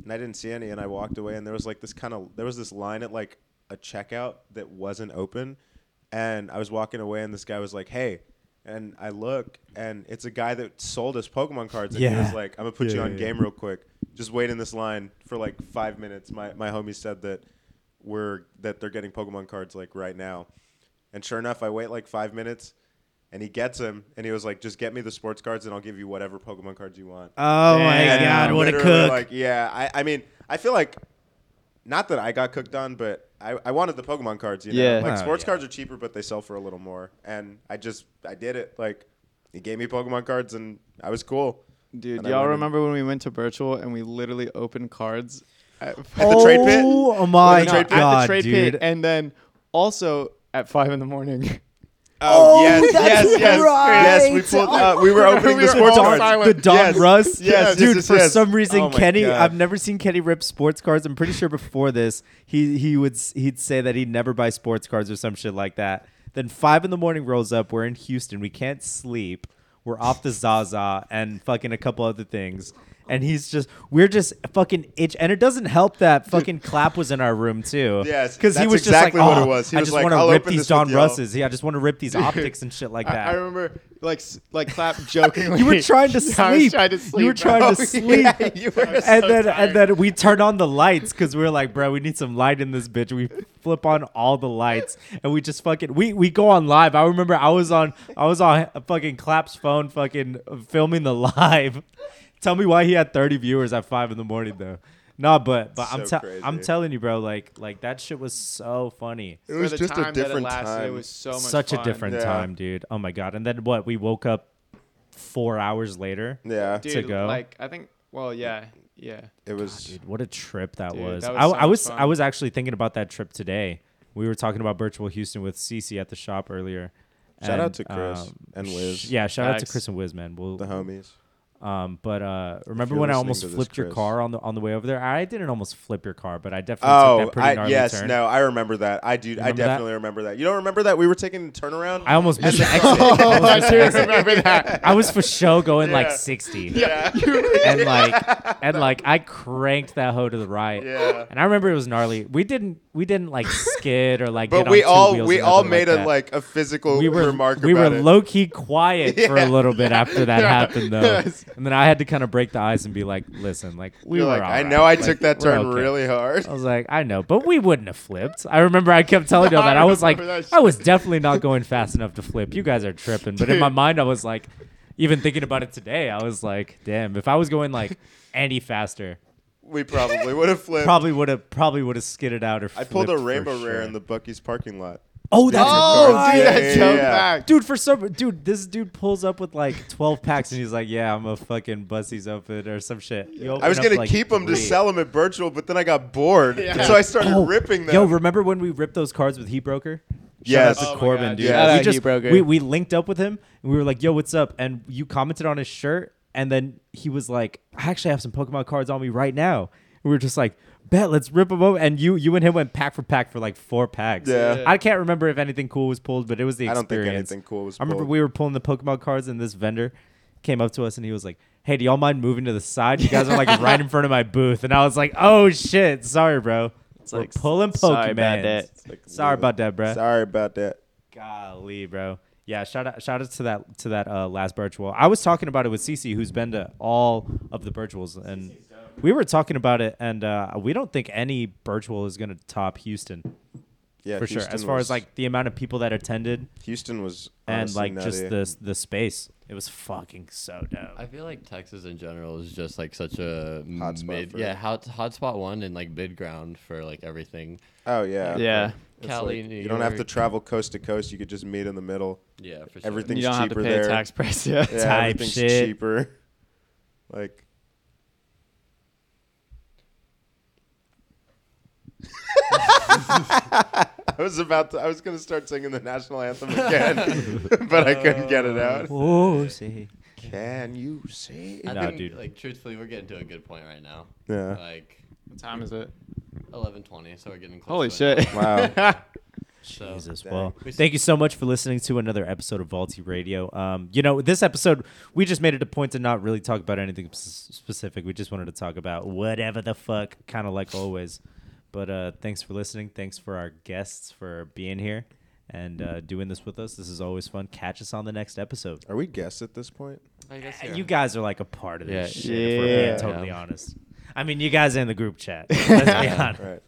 S4: and I didn't see any, and I walked away, and there was like this kind of there was this line at like a checkout that wasn't open, and I was walking away, and this guy was like, "Hey." And I look, and it's a guy that sold us Pokemon cards. And he
S2: Yeah.
S4: was like, I'm going to put
S2: Yeah,
S4: you on
S2: yeah, yeah.
S4: game real quick. Just wait in this line for like five minutes. My my homie said that we're that they're getting Pokemon cards like right now, and sure enough, I wait like five minutes, and he gets them, and he was like, "Just get me the sports cards, and I'll give you whatever Pokemon cards you want."
S2: oh
S4: And
S2: my god what a
S4: literally,
S2: cook
S4: Like, yeah, I I mean, I feel like not that I got cooked on, but I, I wanted the Pokemon cards. You know,
S3: Yeah.
S4: like
S2: Oh,
S4: sports
S2: yeah.
S4: cards are cheaper, but they sell for a little more, and I just I did it. Like, he gave me Pokemon cards, and I was cool.
S3: Dude,
S4: And I
S3: y'all
S4: went in-
S3: remember when we went to virtual and we literally opened cards at, *laughs*
S4: the trade pit?
S2: oh my
S4: At the trade pit?
S2: god
S3: at the trade
S2: dude
S3: pit and then also at five in the morning. *laughs*
S4: Oh,
S2: *laughs* Oh,
S4: yes,
S2: that's
S4: yes, yes,
S2: right.
S4: yes. We pulled. Uh,
S2: *laughs*
S4: we were opening
S3: We
S4: the
S3: were
S4: sports
S3: all
S4: cards.
S3: silent.
S2: the Don
S4: Yes.
S2: Russ.
S4: Yes,
S2: dude.
S4: yes, yes,
S2: for
S4: yes.
S2: some reason,
S4: Oh my
S2: Kenny.
S4: God.
S2: I've never seen Kenny rip sports cards. I'm pretty sure before this, he he would s- he'd say that he'd never buy sports cards or some shit like that. Then five in the morning rolls up. We're in Houston. We can't sleep. We're off the Zaza and fucking a couple other things. And he's just, we're just fucking itch. And it doesn't help that fucking clap was in our room too.
S4: *laughs* Yes,
S2: because he
S4: that's
S2: was
S4: exactly
S2: just
S4: what
S2: like, "Oh,
S4: it was. He
S2: I
S4: was
S2: just
S4: like,
S2: want to
S4: "I'll
S2: rip
S4: open
S2: these
S4: this with
S2: Don
S4: y'all."
S2: Russes. Yeah, I just want to rip
S4: *laughs*
S2: these optics and shit like
S3: I-
S2: that.
S3: I, remember like s- like clap *laughs* jokingly.
S2: You were trying to
S3: *laughs* I was
S2: sleep.
S3: trying to
S2: You
S3: sleep.
S2: were
S3: *laughs*
S2: trying
S3: bro. Oh,
S2: to sleep.
S3: Yeah, you were so
S2: *laughs* and then
S3: tired.
S2: and then we turn on the lights because we are like, bro, we need some light in this bitch. We flip on all the lights and we just fucking we we go on live. I remember I was on I was on fucking Clap's phone, fucking filming the *laughs* live. Tell me why he had thirty viewers at five in the morning though. Nah, but but I'm
S4: So
S2: tell
S4: crazy.
S2: I'm telling you, bro, like like that shit was so funny.
S4: It
S3: For
S4: was
S3: the
S4: just
S3: time
S4: a
S3: that it
S4: different
S3: lasted,
S4: time.
S3: It was so much
S2: Such a
S3: fun.
S2: different
S4: Yeah.
S2: time, dude. Oh my god. And then what? We woke up four hours later.
S4: yeah,
S3: Dude,
S2: to go.
S3: Like I think. Well, yeah, yeah.
S4: it was.
S2: Dude, what a trip that
S3: Dude,
S2: was.
S3: that was
S2: I,
S3: so
S2: I
S3: much
S2: was
S3: fun.
S2: I was actually thinking about that trip today. We were talking about virtual Houston with Cece at the shop earlier. um,
S4: Shout out to Chris and
S2: sh-
S4: Wiz.
S2: yeah, shout out to
S3: Facts.
S2: Chris and Wiz, man. We'll,
S4: the homies.
S2: um, but uh, remember
S4: you're
S2: when I
S4: listening
S2: almost
S4: to this,
S2: flipped your
S4: Chris.
S2: car on the on the way over there? I didn't almost flip your car, but I definitely took
S4: Oh,
S2: that pretty
S4: I,
S2: gnarly
S4: yes,
S2: turn.
S4: no, I remember that. I do. I
S2: Remember that?
S4: definitely remember that. You don't remember that we were taking a turnaround. *laughs*
S2: I almost missed
S4: the
S2: the exit. I almost
S3: I
S2: missed
S3: do
S2: the exit.
S3: remember
S2: *laughs*
S3: that.
S2: I was for show going like
S4: Yeah.
S2: sixty.
S4: yeah,
S2: and like and like I cranked that hoe to the right.
S4: Yeah.
S2: And I remember it was gnarly. We didn't we didn't like skid or like.
S4: *laughs* but
S2: get on
S4: we
S2: two
S4: all
S2: wheels
S4: we
S2: or
S4: all
S2: nothing
S4: made
S2: like
S4: a
S2: that.
S4: like a physical
S2: We were
S4: remark.
S2: we were
S4: about it.
S2: low key
S4: *laughs*
S2: quiet for a little bit after that happened though,
S3: Yes.
S2: and then I had to kind of break the ice and be like, "Listen, like we
S4: You're
S2: were
S4: like,
S2: all
S4: I
S2: right.
S4: know I
S2: Like,
S4: took that
S2: we're
S4: turn
S2: okay."
S4: really
S2: *laughs*
S4: hard.
S2: I was like, I know, but we wouldn't have flipped. I remember I kept
S4: *laughs*
S2: telling y'all
S3: I
S2: that. I was like,
S3: remember that shit.
S2: I was definitely not going fast enough to flip. You guys are tripping. But in my mind, I was like, even thinking about it today, I was like, damn, if I was going like any
S4: *laughs*
S2: faster,
S4: We probably would have flipped.
S2: probably would have probably would have skidded out or.
S4: I pulled a
S2: flipped for
S4: rainbow
S2: sure.
S4: rare in the Bucky's parking lot.
S2: Oh, that's
S3: Oh,
S2: right.
S3: dude,
S4: Yeah,
S3: that's
S4: yeah,
S3: so
S4: yeah.
S3: back.
S2: Dude, for some dude, this dude pulls up with like twelve packs, and he's like, "Yeah, I'm a fucking bussy's open or some shit." You
S4: I
S2: open
S4: was
S2: up,
S4: gonna
S2: like,
S4: keep them to
S2: three.
S4: sell them at virtual, but then I got bored, so I started
S2: Oh,
S4: ripping them.
S2: Yo, remember when we ripped those cards with Heat Broker?
S4: Yes.
S2: Shout out
S4: Oh
S2: to
S4: my
S2: Corbin,
S3: God,
S2: dude.
S4: yes. Shout
S2: we
S3: out
S2: just
S3: Heat Broker.
S2: we we linked up with him and we were like, "Yo, what's up?" And you commented on his shirt, and then he was like, "I actually have some Pokemon cards on me right now." And we were just like, "Bet, let's rip them up." And you you and him went pack for pack for like four packs.
S4: Yeah.
S2: I can't remember if anything cool was pulled, but it was the
S4: I don't think
S2: experience.
S4: anything cool was
S2: I remember
S4: pulled.
S2: we were pulling the Pokemon cards, and this vendor came up to us and he was like. Hey, do y'all mind moving to the side? You guys are like
S4: *laughs*
S2: right in front of my booth, and I was like, "Oh shit, sorry, bro." It's
S3: like,
S2: pulling
S3: sorry
S2: Pokemon.
S3: about that.
S4: Like,
S2: Sorry
S4: whoa.
S2: about that, bruh.
S4: Sorry about that.
S2: Golly, bro. Yeah, shout out, shout out to that to that uh, last virtual. I was talking about it with Cece, who's been to all of the virtuals, and we were talking about it, and uh, we don't think any virtual is going to top Houston
S4: Yeah,
S2: for sure.
S4: Houston
S2: As far
S4: was,
S2: as like the amount of people that attended
S4: Houston was
S2: and
S4: honestly
S2: like just
S4: nutty.
S2: the the space, it was fucking so dope.
S1: I feel like Texas in general is just like such a
S4: Hot spot
S1: mid,
S4: for-
S1: yeah, hot hotspot one and like mid ground for like everything.
S4: Oh yeah.
S3: Yeah.
S4: It's
S1: Cali,
S4: like,
S1: New
S4: you don't have to
S1: York.
S4: travel coast to coast. You could just meet in the middle.
S1: Yeah, for sure.
S4: everything-
S3: You
S4: Things
S3: don't have to
S4: cheaper
S3: pay a
S4: there.
S3: tax price. Yeah.
S4: Yeah,
S2: Type
S4: everything's
S2: shit.
S4: cheaper. *laughs* Like *laughs* I was about to I was gonna start singing the national anthem again, *laughs* but I couldn't get it out.
S2: Oh, see,
S4: Can you see?
S1: I
S2: Nah,
S1: think,
S2: dude.
S1: Like truthfully, we're getting to a good point right now.
S4: Yeah.
S1: Like
S3: What time is it?
S1: eleven twenty, so we're getting close.
S3: Holy
S1: to it.
S3: shit.
S4: Wow.
S1: So-
S2: Jesus.
S4: Dang.
S2: Well,
S1: We s-
S2: thank you so much for listening to another episode of Vaulty Radio. Um, you know, this episode we just made it a point to not really talk about anything s- specific. We just wanted to talk about whatever the fuck, kind of like always. But uh, thanks for listening. Thanks for our guests for being here and uh, doing this with us. This is always fun. Catch us on the next episode.
S4: Are we guests at this point?
S1: I guess
S2: Uh,
S1: yeah.
S2: You guys are like a part of this
S1: Yeah.
S2: shit. If we're
S3: Yeah.
S2: being totally
S1: Yeah.
S2: honest. I mean, you guys are in the group chat. Let's be
S1: Yeah.
S2: honest.
S4: Right.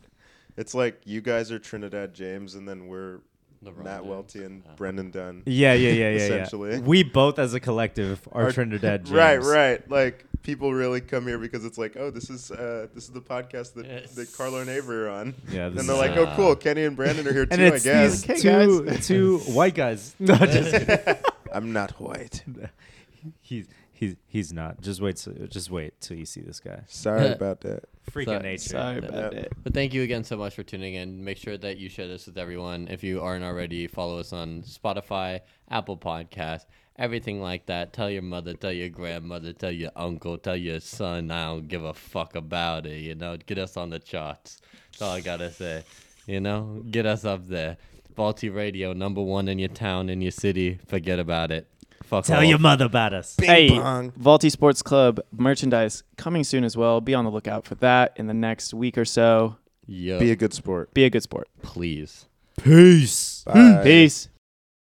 S4: It's like you guys are Trinidad James and then we're
S1: LeBron
S4: Matt
S1: James.
S4: Welty and
S1: Yeah.
S4: Brendan Dunn.
S2: Uh-huh. Yeah, yeah, yeah, yeah.
S4: Essentially.
S2: Yeah. We both, as a collective, are,
S4: Are-
S2: Trinidad. James.
S4: *laughs* Right, right. Like people really come here because it's like, oh, this is uh, this is the podcast that,
S1: Yes.
S4: that Carlo and Avery are on.
S2: Yeah,
S4: and
S2: this
S4: they're
S2: is- uh,
S4: like, oh,
S1: Ah.
S4: cool. Kenny and Brandon are here
S2: *laughs* and
S4: too. I
S2: it's
S4: guess
S2: these
S3: Like, hey,
S2: two
S3: guys. *laughs*
S2: two white guys. No, just kidding.
S4: I'm not white.
S2: he's he's he's not. Just wait, till, just wait till you see this guy.
S4: Sorry about that.
S2: Freaking
S1: Sorry.
S2: nature.
S3: *laughs* Sorry about
S4: Yeah.
S3: it.
S1: But thank you again so much for tuning in. Make sure that you share this with everyone. If you aren't already, follow us on Spotify, Apple Podcasts, everything like that. Tell your mother, tell your grandmother, tell your uncle, tell your son. I don't give a fuck about it. You know, get us on the charts. That's all I gotta say. You know, get us up there. Faulty Radio, number one in your town, in your city. Forget about it. Fuck
S2: Tell
S1: off.
S2: your mother about us.
S3: hey,
S4: pong.
S3: Vaulty Sports Club merchandise coming soon as well. Be on the lookout for that in the next week or so.
S1: Yo,
S4: Be a good sport.
S3: Be a good sport.
S1: please.
S2: Hmm. Peace.
S4: Bye.
S3: Peace.